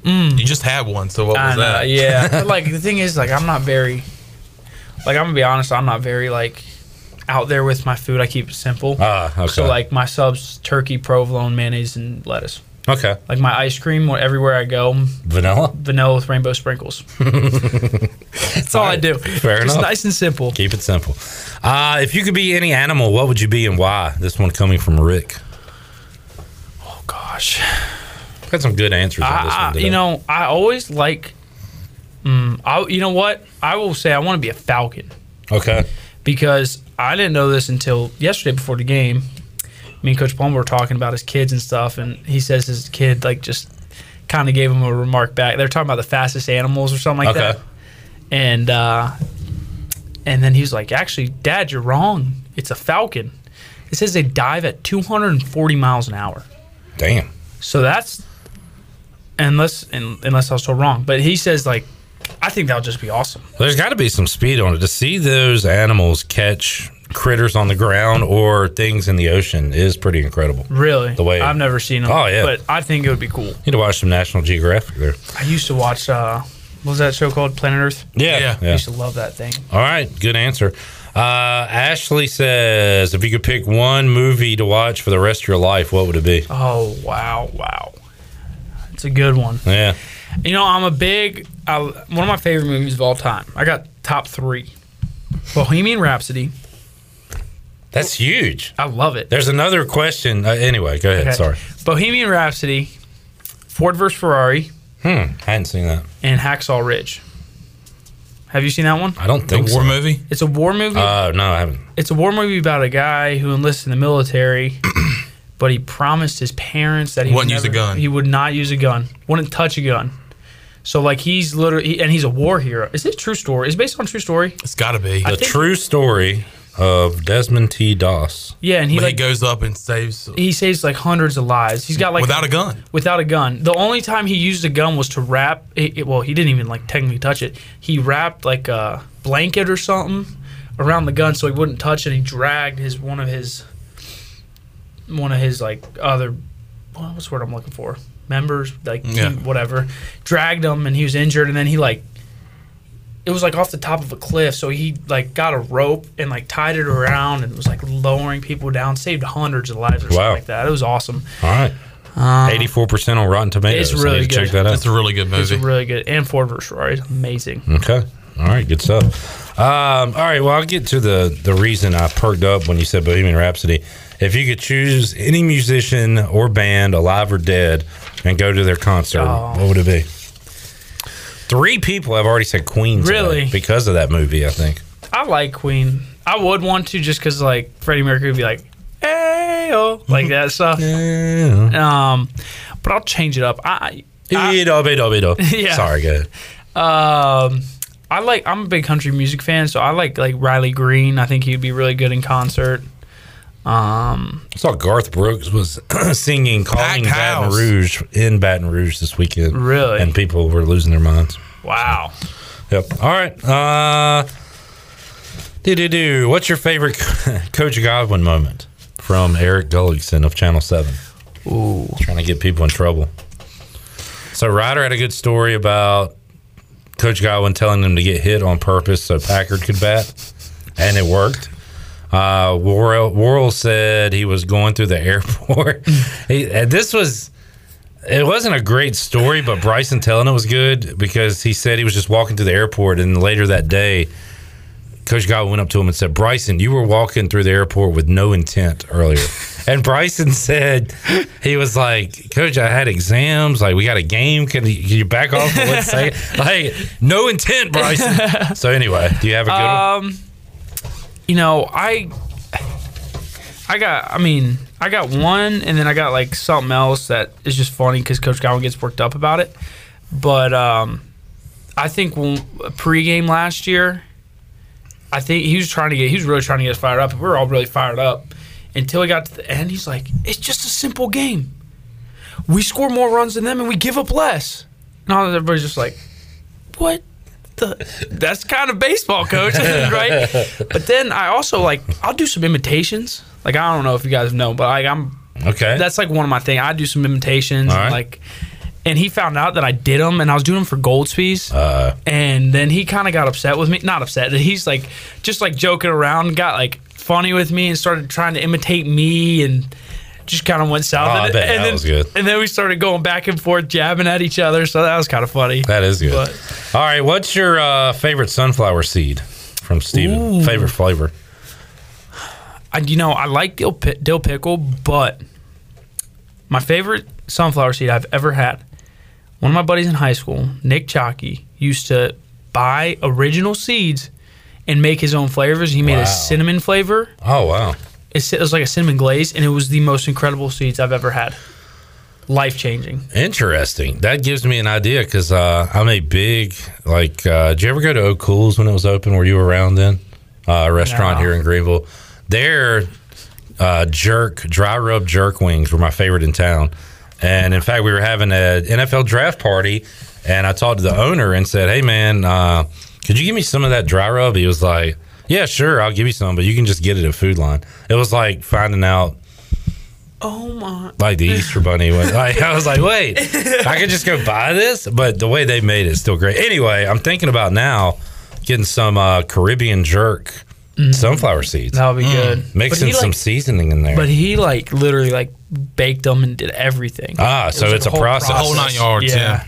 You just had one, so what was I know, that? yeah. but like the thing is, like I'm not very, like I'm gonna be honest, I'm not very like out there with my food. I keep it simple. Ah, okay. So like my subs, turkey, provolone, mayonnaise, and lettuce. okay, Like my ice cream, wh- everywhere I go, vanilla. vanilla with rainbow sprinkles. That's all I do. Fair Just enough. nice and simple. Keep it simple. Uh, if you could be any animal, what would you be and why? This one coming from Rick. Oh gosh. Got some good answers on this I, one. I, today. Ah, you know, I always like. Mm, I, you know what? I will say I want to be a falcon. okay. because I didn't know this until yesterday before the game. Me and Coach Palmer were talking about his kids and stuff, and he says his kid like just kind of gave him a remark back. They're talking about the fastest animals or something like Okay. that, and uh, and then he was like, "Actually, Dad, you're wrong. It's a falcon. It says they dive at 240 miles an hour. Damn. So that's unless un unless I was told wrong, but he says like." I think that would just be awesome. There's got to be some speed on it. To see those animals catch critters on the ground or things in the ocean is pretty incredible. You Really, The way- I've never seen them. Oh, yeah. but I think it would be cool. need to watch some National Geographic there. I used to watch. Uh, what was that show called? Planet Earth. Yeah. I used to love that thing. All right. Good answer. Uh, Ashley says, if you could pick one movie to watch for the rest of your life, what would it be? Oh wow, wow. It's a good one. Yeah. You know, I'm a big. I, one of my favorite movies of all time. I got top three. Bohemian Rhapsody. That's huge. I love it. There's another question. Uh, anyway, go ahead. Okay. Sorry. Bohemian Rhapsody, Ford vs Ferrari, Hmm. I hadn't seen that. and Hacksaw Ridge. Have you seen that one? I don't The think war so. movie? It's a war movie. Uh, no, I haven't. it's a war movie about a guy who enlists in (clears throat) the military, but he promised his parents that he Wouldn't use a gun. He would not use a gun. Wouldn't touch a gun. So like he's literally, he- and he's a war hero. Is this true story? Is it based on true story? It's got to be. The But think- true story of Desmond T. Doss. Yeah, and he he like goes up and saves he saves like hundreds of lives. He's got like without a gun. without a gun. The only time he used a gun was to wrap. It, it- well, he didn't even like technically touch it. He wrapped like a blanket or something around the gun so he wouldn't touch it. He dragged his one of his one of his like other what- what's the word I'm looking for members like Yeah. team- whatever dragged him and he was injured and then he like it was like off the top of a cliff. So he like got a rope and like tied it around and was like lowering people down. Saved hundreds of lives or Wow. something like that. It was awesome. All right. Eighty-four percent on Rotten Tomatoes. Uh, it's I need really to Check good. that out. That's a really good It's movie. really good. And Ford versus Ferrari, is amazing. Okay. All right. Good stuff. Um, all right. Well, I'll get to the the reason I perked up when you said Bohemian Rhapsody. If you could choose any musician or band, alive or dead, and go to their concert, Oh. what would it be? Three people have already said Queen. today Really? Because of that movie, I think. I like Queen. I would want to just because like Freddie Mercury would be like, hey, oh, like that stuff. Yeah. Um, but I'll change it up. I I- Edo, edo, edo. (laughs) Yeah. Sorry, good. um, I like. I'm a big country music fan, so I like like Riley Green. I think he'd be really good in concert. Um, I saw Garth Brooks was (clears throat) singing "Calling Packed Baton house. Rouge" in Baton Rouge this weekend. Really? and people were losing their minds. wow. Yep. All right. Uh, do do do. What's your favorite (laughs) Coach Godwin moment from Eric Gullickson of Channel Seven? Ooh. Trying to get people in trouble. So Ryder had a good story about Coach Godwin telling them to get hit on purpose so Packard could bat, and it worked. Uh, Worrell, Worrell said he was going through the (laughs) airport. he, and this was it wasn't a great story, but Bryson telling it was good because he said he was just walking to the airport, and later that day, Coach Godwin went up to him and said, "Bryson, you were walking through the airport with no intent earlier." and Bryson said he was like, "Coach, I had exams. Like, we got a game. Can you, can you back off? For one second? Like, no intent, Bryson." so anyway, do you have a good one? you know, I I got I mean, I got one and then I got like something else that is just funny cuz coach Godwin gets worked up about it. But um I think when, pregame last year, I think he was trying to get he was really trying to get us fired up. We were all really fired up until he got to the end. He's like, "It's just a simple game. We score more runs than them and we give up less." And all everybody's just like, "What?" the- that's kind of baseball, coach, (laughs) right? But then I also like I'll do some imitations. Like I don't know if you guys know, but like I'm Okay, that's like one of my thing. I do some imitations, All right. and like, and he found out that I did them, and I was doing them for Goldsby's, Uh. and then he kind of got upset with me. Not upset. He's like just like joking around, got like funny with me, and started trying to imitate me, and just kind of went south. Oh, I and, bet and that then, was good. And then we started going back and forth, jabbing at each other. So that was kind of funny. that is good. But- All right, what's your uh, favorite sunflower seed from Steven? Favorite flavor? I, you know, I like dill, pi- dill pickle, but my favorite sunflower seed I've ever had. One of my buddies in high school, Nick Chalky, used to buy original seeds and make his own flavors. He made Wow. a cinnamon flavor. Oh wow. It's- It was like a cinnamon glaze, and it was the most incredible seeds I've ever had. Life changing. Interesting. That gives me an idea because uh, I'm a big like. Uh, did you ever go to O'Cool's when it was open? Were you around then? Uh, a restaurant No. here in Greenville. Their uh, jerk dry rub jerk wings were my favorite in town. And in fact, we were having an NFL draft party, and I talked to the owner and said, "Hey man, uh, could you give me some of that dry rub?" He was like, "Yeah, sure, I'll give you some, but you can just get it at Food Line." It was like finding out Oh my! like the Easter Bunny (laughs) was. Like, I was like, wait, I could just go buy this, but the way they made it is still great. Anyway, I'm thinking about now getting some uh, Caribbean jerk sunflower seeds, That would be good. mixing Mm-hmm. he, like- Mm. some seasoning in there. But he like literally like baked them and did everything. Ah, so was, it's a whole process. Whole nine yards, yeah.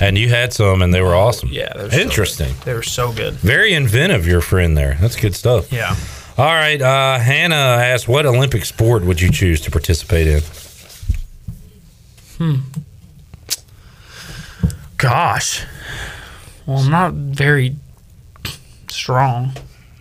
and you had some, and they were awesome. Yeah, they're so good. interesting. They were so good. Very inventive, your friend there. That's good stuff. Yeah. All right, uh, Hannah asked, "What Olympic sport would you choose to participate in?" Gosh. Well, I'm not very strong.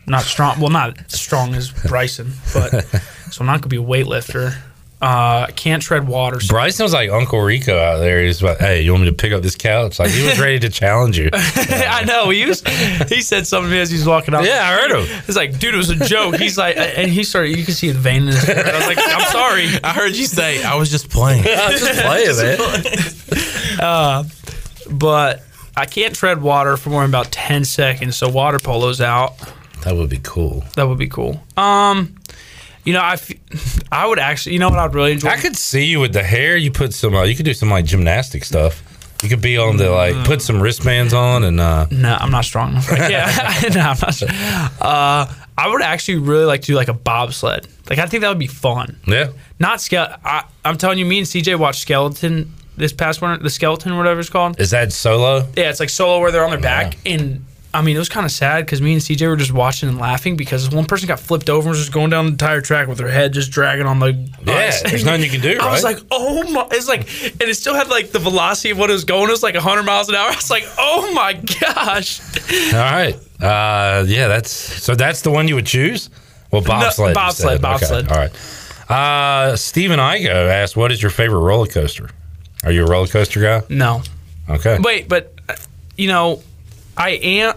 Not strong. Well, not strong as Bryson, but (laughs) so I'm not gonna be a weightlifter. Uh, can't tread water. So Bryson was like Uncle Rico out there. He's like, "Hey, you want me to pick up this couch?" Like he was (laughs) ready to challenge you. (laughs) I know he was. He said something to me as he was walking up. Yeah, I heard him. He's like, dude, it was a joke. He's like, and he started. You can see a vein in his. Hair. I was like, I'm sorry. I heard you say I was just playing. (laughs) but I can't tread water for more than about 10 seconds. So water polo's out. That would be cool. That would be cool. Um, you know, I, f- I would actually, you know what I'd really enjoy? I could see you with the hair. You put some. Uh, you could do some like gymnastic stuff. You could be on the Mm. like put some wristbands on and uh, No, I'm not strong (laughs) (laughs) enough. Right? Yeah, no, I'm not. Strong. Uh, I would actually really like to do like a bobsled. Like I think that would be fun. yeah. Not skeleton. I'm telling you, me and CJ watched skeleton this past winter. The skeleton, whatever it's called. Is that solo? Yeah, it's like solo where they're on their back and. I mean, it was kind of sad because me and CJ were just watching and laughing because one person got flipped over and was just going down the entire track with their head just dragging on the. Yeah, ice. there's nothing you can do, (laughs) I was right? like, oh my! It's like, and it still had like the velocity of what it was going. It was like 100 miles an hour. I was like, oh my gosh! All right. Uh, yeah, that's so that's the one you would choose? Well, bobsled. you bobsled, said. bobsled. Okay, all right. Uh, Steven Igo asked, "What is your favorite roller coaster? Are you a roller coaster guy?" No, Okay. wait, but uh, you know, I am.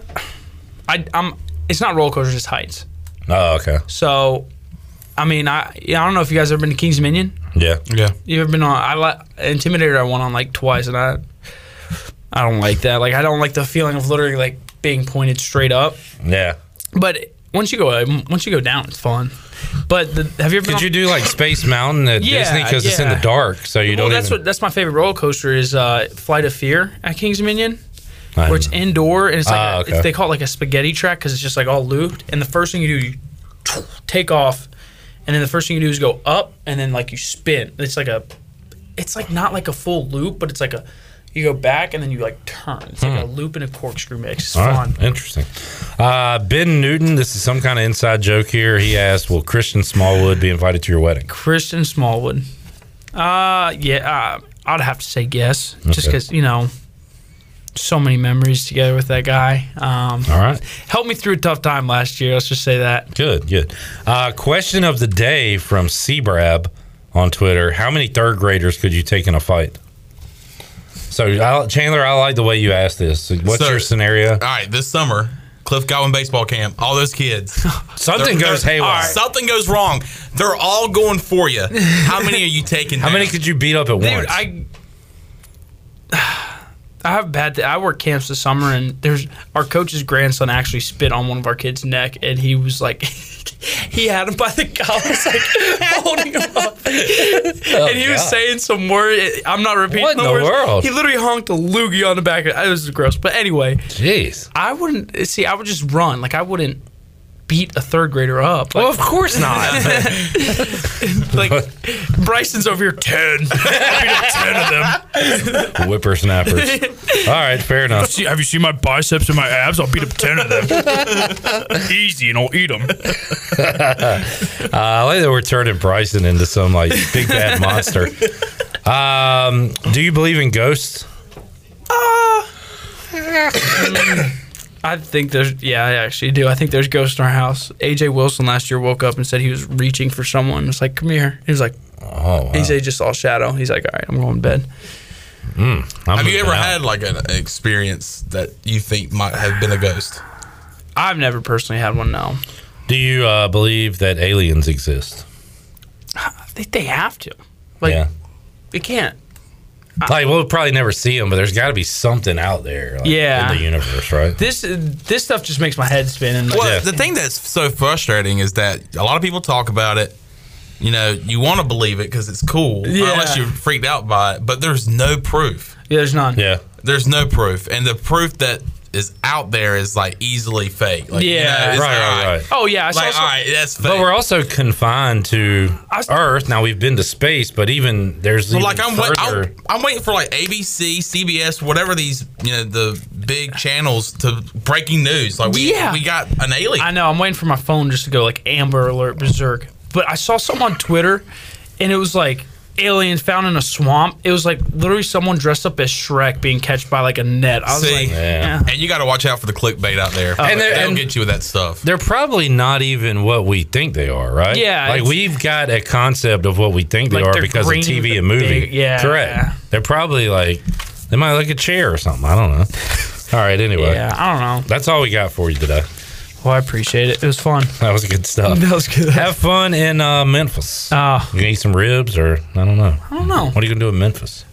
I, I'm. It's not roller coasters, it's heights. oh, okay. So, I mean, I yeah, I don't know if you guys ever been to Kings Dominion. Yeah. Yeah. You ever been on? I like Intimidator. I went on like twice, and I I don't like that. Like I don't like the feeling of literally like being pointed straight up. Yeah. But once you go uh, once you go down, it's fun. But the, have you ever? Could been on- you do like Space Mountain at Yeah, Disney because it's in yeah. the dark, so you well, don't. that's even, what that's my favorite roller coaster is uh, Flight of Fear at King's Dominion, I where it's don't indoor and it's like Ah, a- okay. it's- they call it like a spaghetti track because it's just like all looped. And the first thing you do, you take off, and then the first thing you do is go up, and then like you spin. It's like a, it's like not like a full loop, but it's like a. You go back and then you like turn. It's like a loop and a corkscrew mix. It's Hmm. All right, fun. Interesting. Uh, ben Newton, this is some kind of inside joke here. He asked, "Will Christian Smallwood be invited to your wedding?" Christian Smallwood. Uh, yeah, uh, I'd have to say yes, just Okay. because you know, so many memories together with that guy. Um, All right. helped me through a tough time last year. Let's just say that. Good, good. Uh, question of the day from Seabrab on Twitter: How many third graders could you take in a fight? So, I, Chandler, I like the way you asked this. So What's So- your scenario? All right, this summer, Cliff Godwin baseball camp, all those kids. Something They're- goes they're- haywire. Something goes wrong. They're all going for you. How many are you taking? How many down? could you beat up at once? Dude, I I (sighs) have bad. I work camps this summer, and there's our coach's grandson actually spit on one of our kids' neck, and he was like, (laughs) he had him by the collar, (laughs) was like holding him up, (laughs) and he was Oh, God. saying some word. I'm not repeating What in the words. world? He literally honked a loogie on the back. of It was gross, but anyway, Jeez. I wouldn't see. I would just run. Like I wouldn't beat a third grader up. Like, Well, of course not. (laughs) like (laughs) Bryson's over here ten. (laughs) Whippersnappers. All right, fair enough. have you seen my biceps and my abs? I'll beat up ten of them. (laughs) Easy, and I'll eat them. Uh, I like that we're turning Bryson into some like big bad monster. Um, do you believe in ghosts? I think there's. Yeah, I actually do. I think there's ghosts in our house. AJ Wilson last year woke up and said he was reaching for someone. It's like, come here. He was like, Oh, wow. AJ just saw a shadow. He's like, all right, I'm going to bed. I'm Have you moving ever out. had like an experience that you think might have been a ghost? I've never personally had one. No, Do you uh, believe that aliens exist? I think they have to. Like, yeah. they can't. Like we'll probably never see them, but there's got to be something out there. like, Yeah. in the universe, right? This this stuff just makes my head spin. And like, Well, Yeah. the thing that's so frustrating is that a lot of people talk about it. You know, you want to believe it because it's cool, Yeah. unless you're freaked out by it. But there's no proof. yeah, there's none. Yeah, There's no proof, and the proof that is out there is like easily fake. Like, you Yeah. know, right, it's right, all right. Oh yeah, I saw Like, some- all right, that's fake. But we're also confined to I- Earth. Now we've been to space, but even there's Well, even like I'm, wait, further. I'm, I'm waiting for like ABC, CBS, whatever these you know the big channels to breaking news. Like we Yeah. we got an alien. (laughs) I know. I'm waiting for my phone just to go like Amber Alert Berserk. But I saw some on Twitter, and it was like aliens found in a swamp. It was like literally someone dressed up as Shrek being catched by like a net. I was See? like, Yeah. and you got to watch out for the clickbait out there. And and there- they'll and- get you with that stuff. they're probably not even what we think they are, right? Yeah, Like it's- we've got a concept of what we think they Like are they're because of green with TV a and movie. big- yeah. Correct. They're probably like they might like a chair or something. I don't know. All right. Anyway, yeah, I don't know. that's all we got for you today. Well, I appreciate it. It was fun. That was good (laughs) stuff. That was good. Have fun in uh, Memphis. Uh, You gonna eat some ribs or I don't know. I don't know. What are you gonna do in Memphis?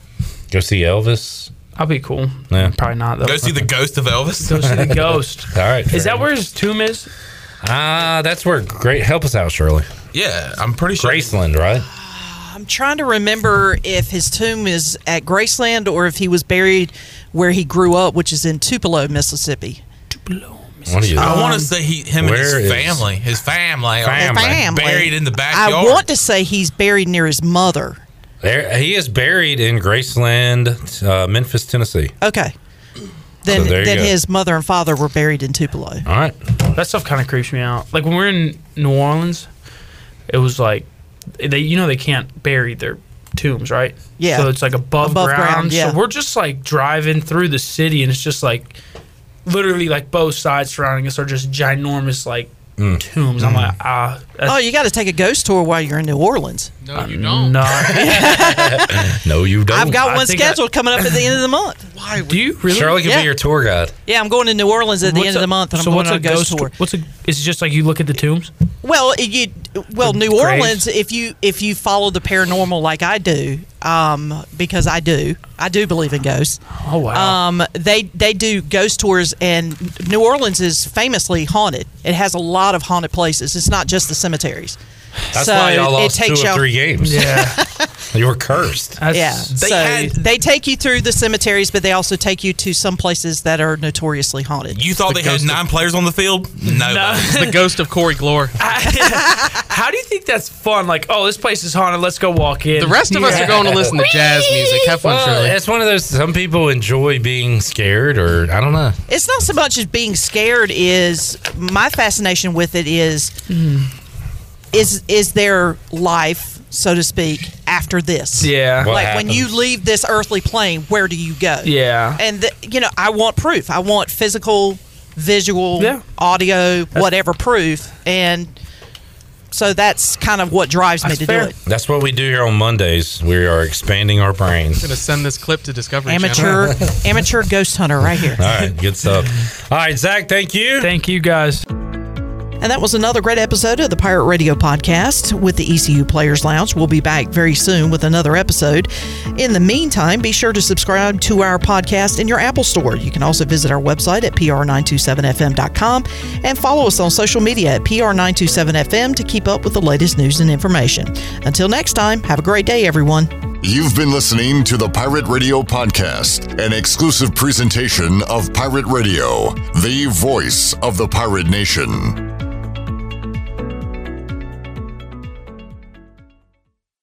Go see Elvis? I'll be cool. Yeah. Probably not though. Go see the ghost of Elvis. Go see the ghost. All right. Is that where his tomb is? Ah, that's where great. Help us out, Shirley. Yeah, I'm pretty sure. Graceland, right? I'm trying to remember if his tomb is at Graceland or if he was buried where he grew up, which is in Tupelo, Mississippi. One of you. I want to say he, him and his where is- family, his family, Fam- are Family. buried in the I backyard. want to say he's buried near his mother. There, he is buried in Graceland, uh, Memphis, Tennessee. Okay. Then, there you then go. his mother and father were buried in Tupelo. All right. That stuff kind of creeps me out. Like when we were in New Orleans, it was like they you know they can't bury their tombs, right? Yeah. So it's like above, Above ground. ground, yeah. So we're just like driving through the city and it's just like literally like both sides surrounding us are just ginormous like tombs. Mm. I'm like, ah, that's Oh, you got to take a ghost tour while you're in New Orleans. No, you don't. (laughs) not. No, you don't. I've got I one think I- scheduled coming up at the end of the month. Why? Do you really? Charlie can Yeah. be your tour guide. Yeah, I'm going to New Orleans at the What's end of a- the month, and so I'm going what's on a a ghost, tour. What's a? Is it just like you look at the tombs? Well, you well New graves? Orleans. If you if you follow the paranormal like I do, um, because I do, I do believe in ghosts. Oh wow. Um, they they do ghost tours, and New Orleans is famously haunted. It has a lot of haunted places. It's not just the cemeteries. That's why y'all lost two or y'all- three games. yeah. (laughs) You were cursed. That's, Yeah, They so had- they take you through the cemeteries, but they also take you to some places that are notoriously haunted. You thought they had ghost of- nine players on the field? No. It's (laughs) the ghost of Corey Glore. (laughs) How do you think that's fun? Like, oh, this place is haunted. Let's go walk in. The rest of us are going to listen to jazz music. Have fun, Well, Shirley. it's one of those. Some people enjoy being scared, or I don't know. It's not so much as being scared is my fascination with it is is is there life, so to speak, after this? Yeah. What like when happens? you leave this earthly plane, where do you go? Yeah. and the, you know, I want proof. I want physical, visual, Yeah. audio, whatever proof, and so that's kind of what drives me That's to fair. do it. That's what we do here on Mondays. We are expanding our brains. I'm gonna send this clip to Discovery Channel. Amateur, amateur ghost hunter, right here. All right, good stuff. All right, Zach, thank you. Thank you guys. And that was another great episode of the Pirate Radio Podcast with the ECU Players Lounge. We'll be back very soon with another episode. In the meantime, be sure to subscribe to our podcast in your Apple store. You can also visit our website at pr927fm.com and follow us on social media at pr927fm to keep up with the latest news and information. Until next time, have a great day, everyone. You've been listening to the Pirate Radio Podcast, an exclusive presentation of Pirate Radio, the voice of the pirate nation.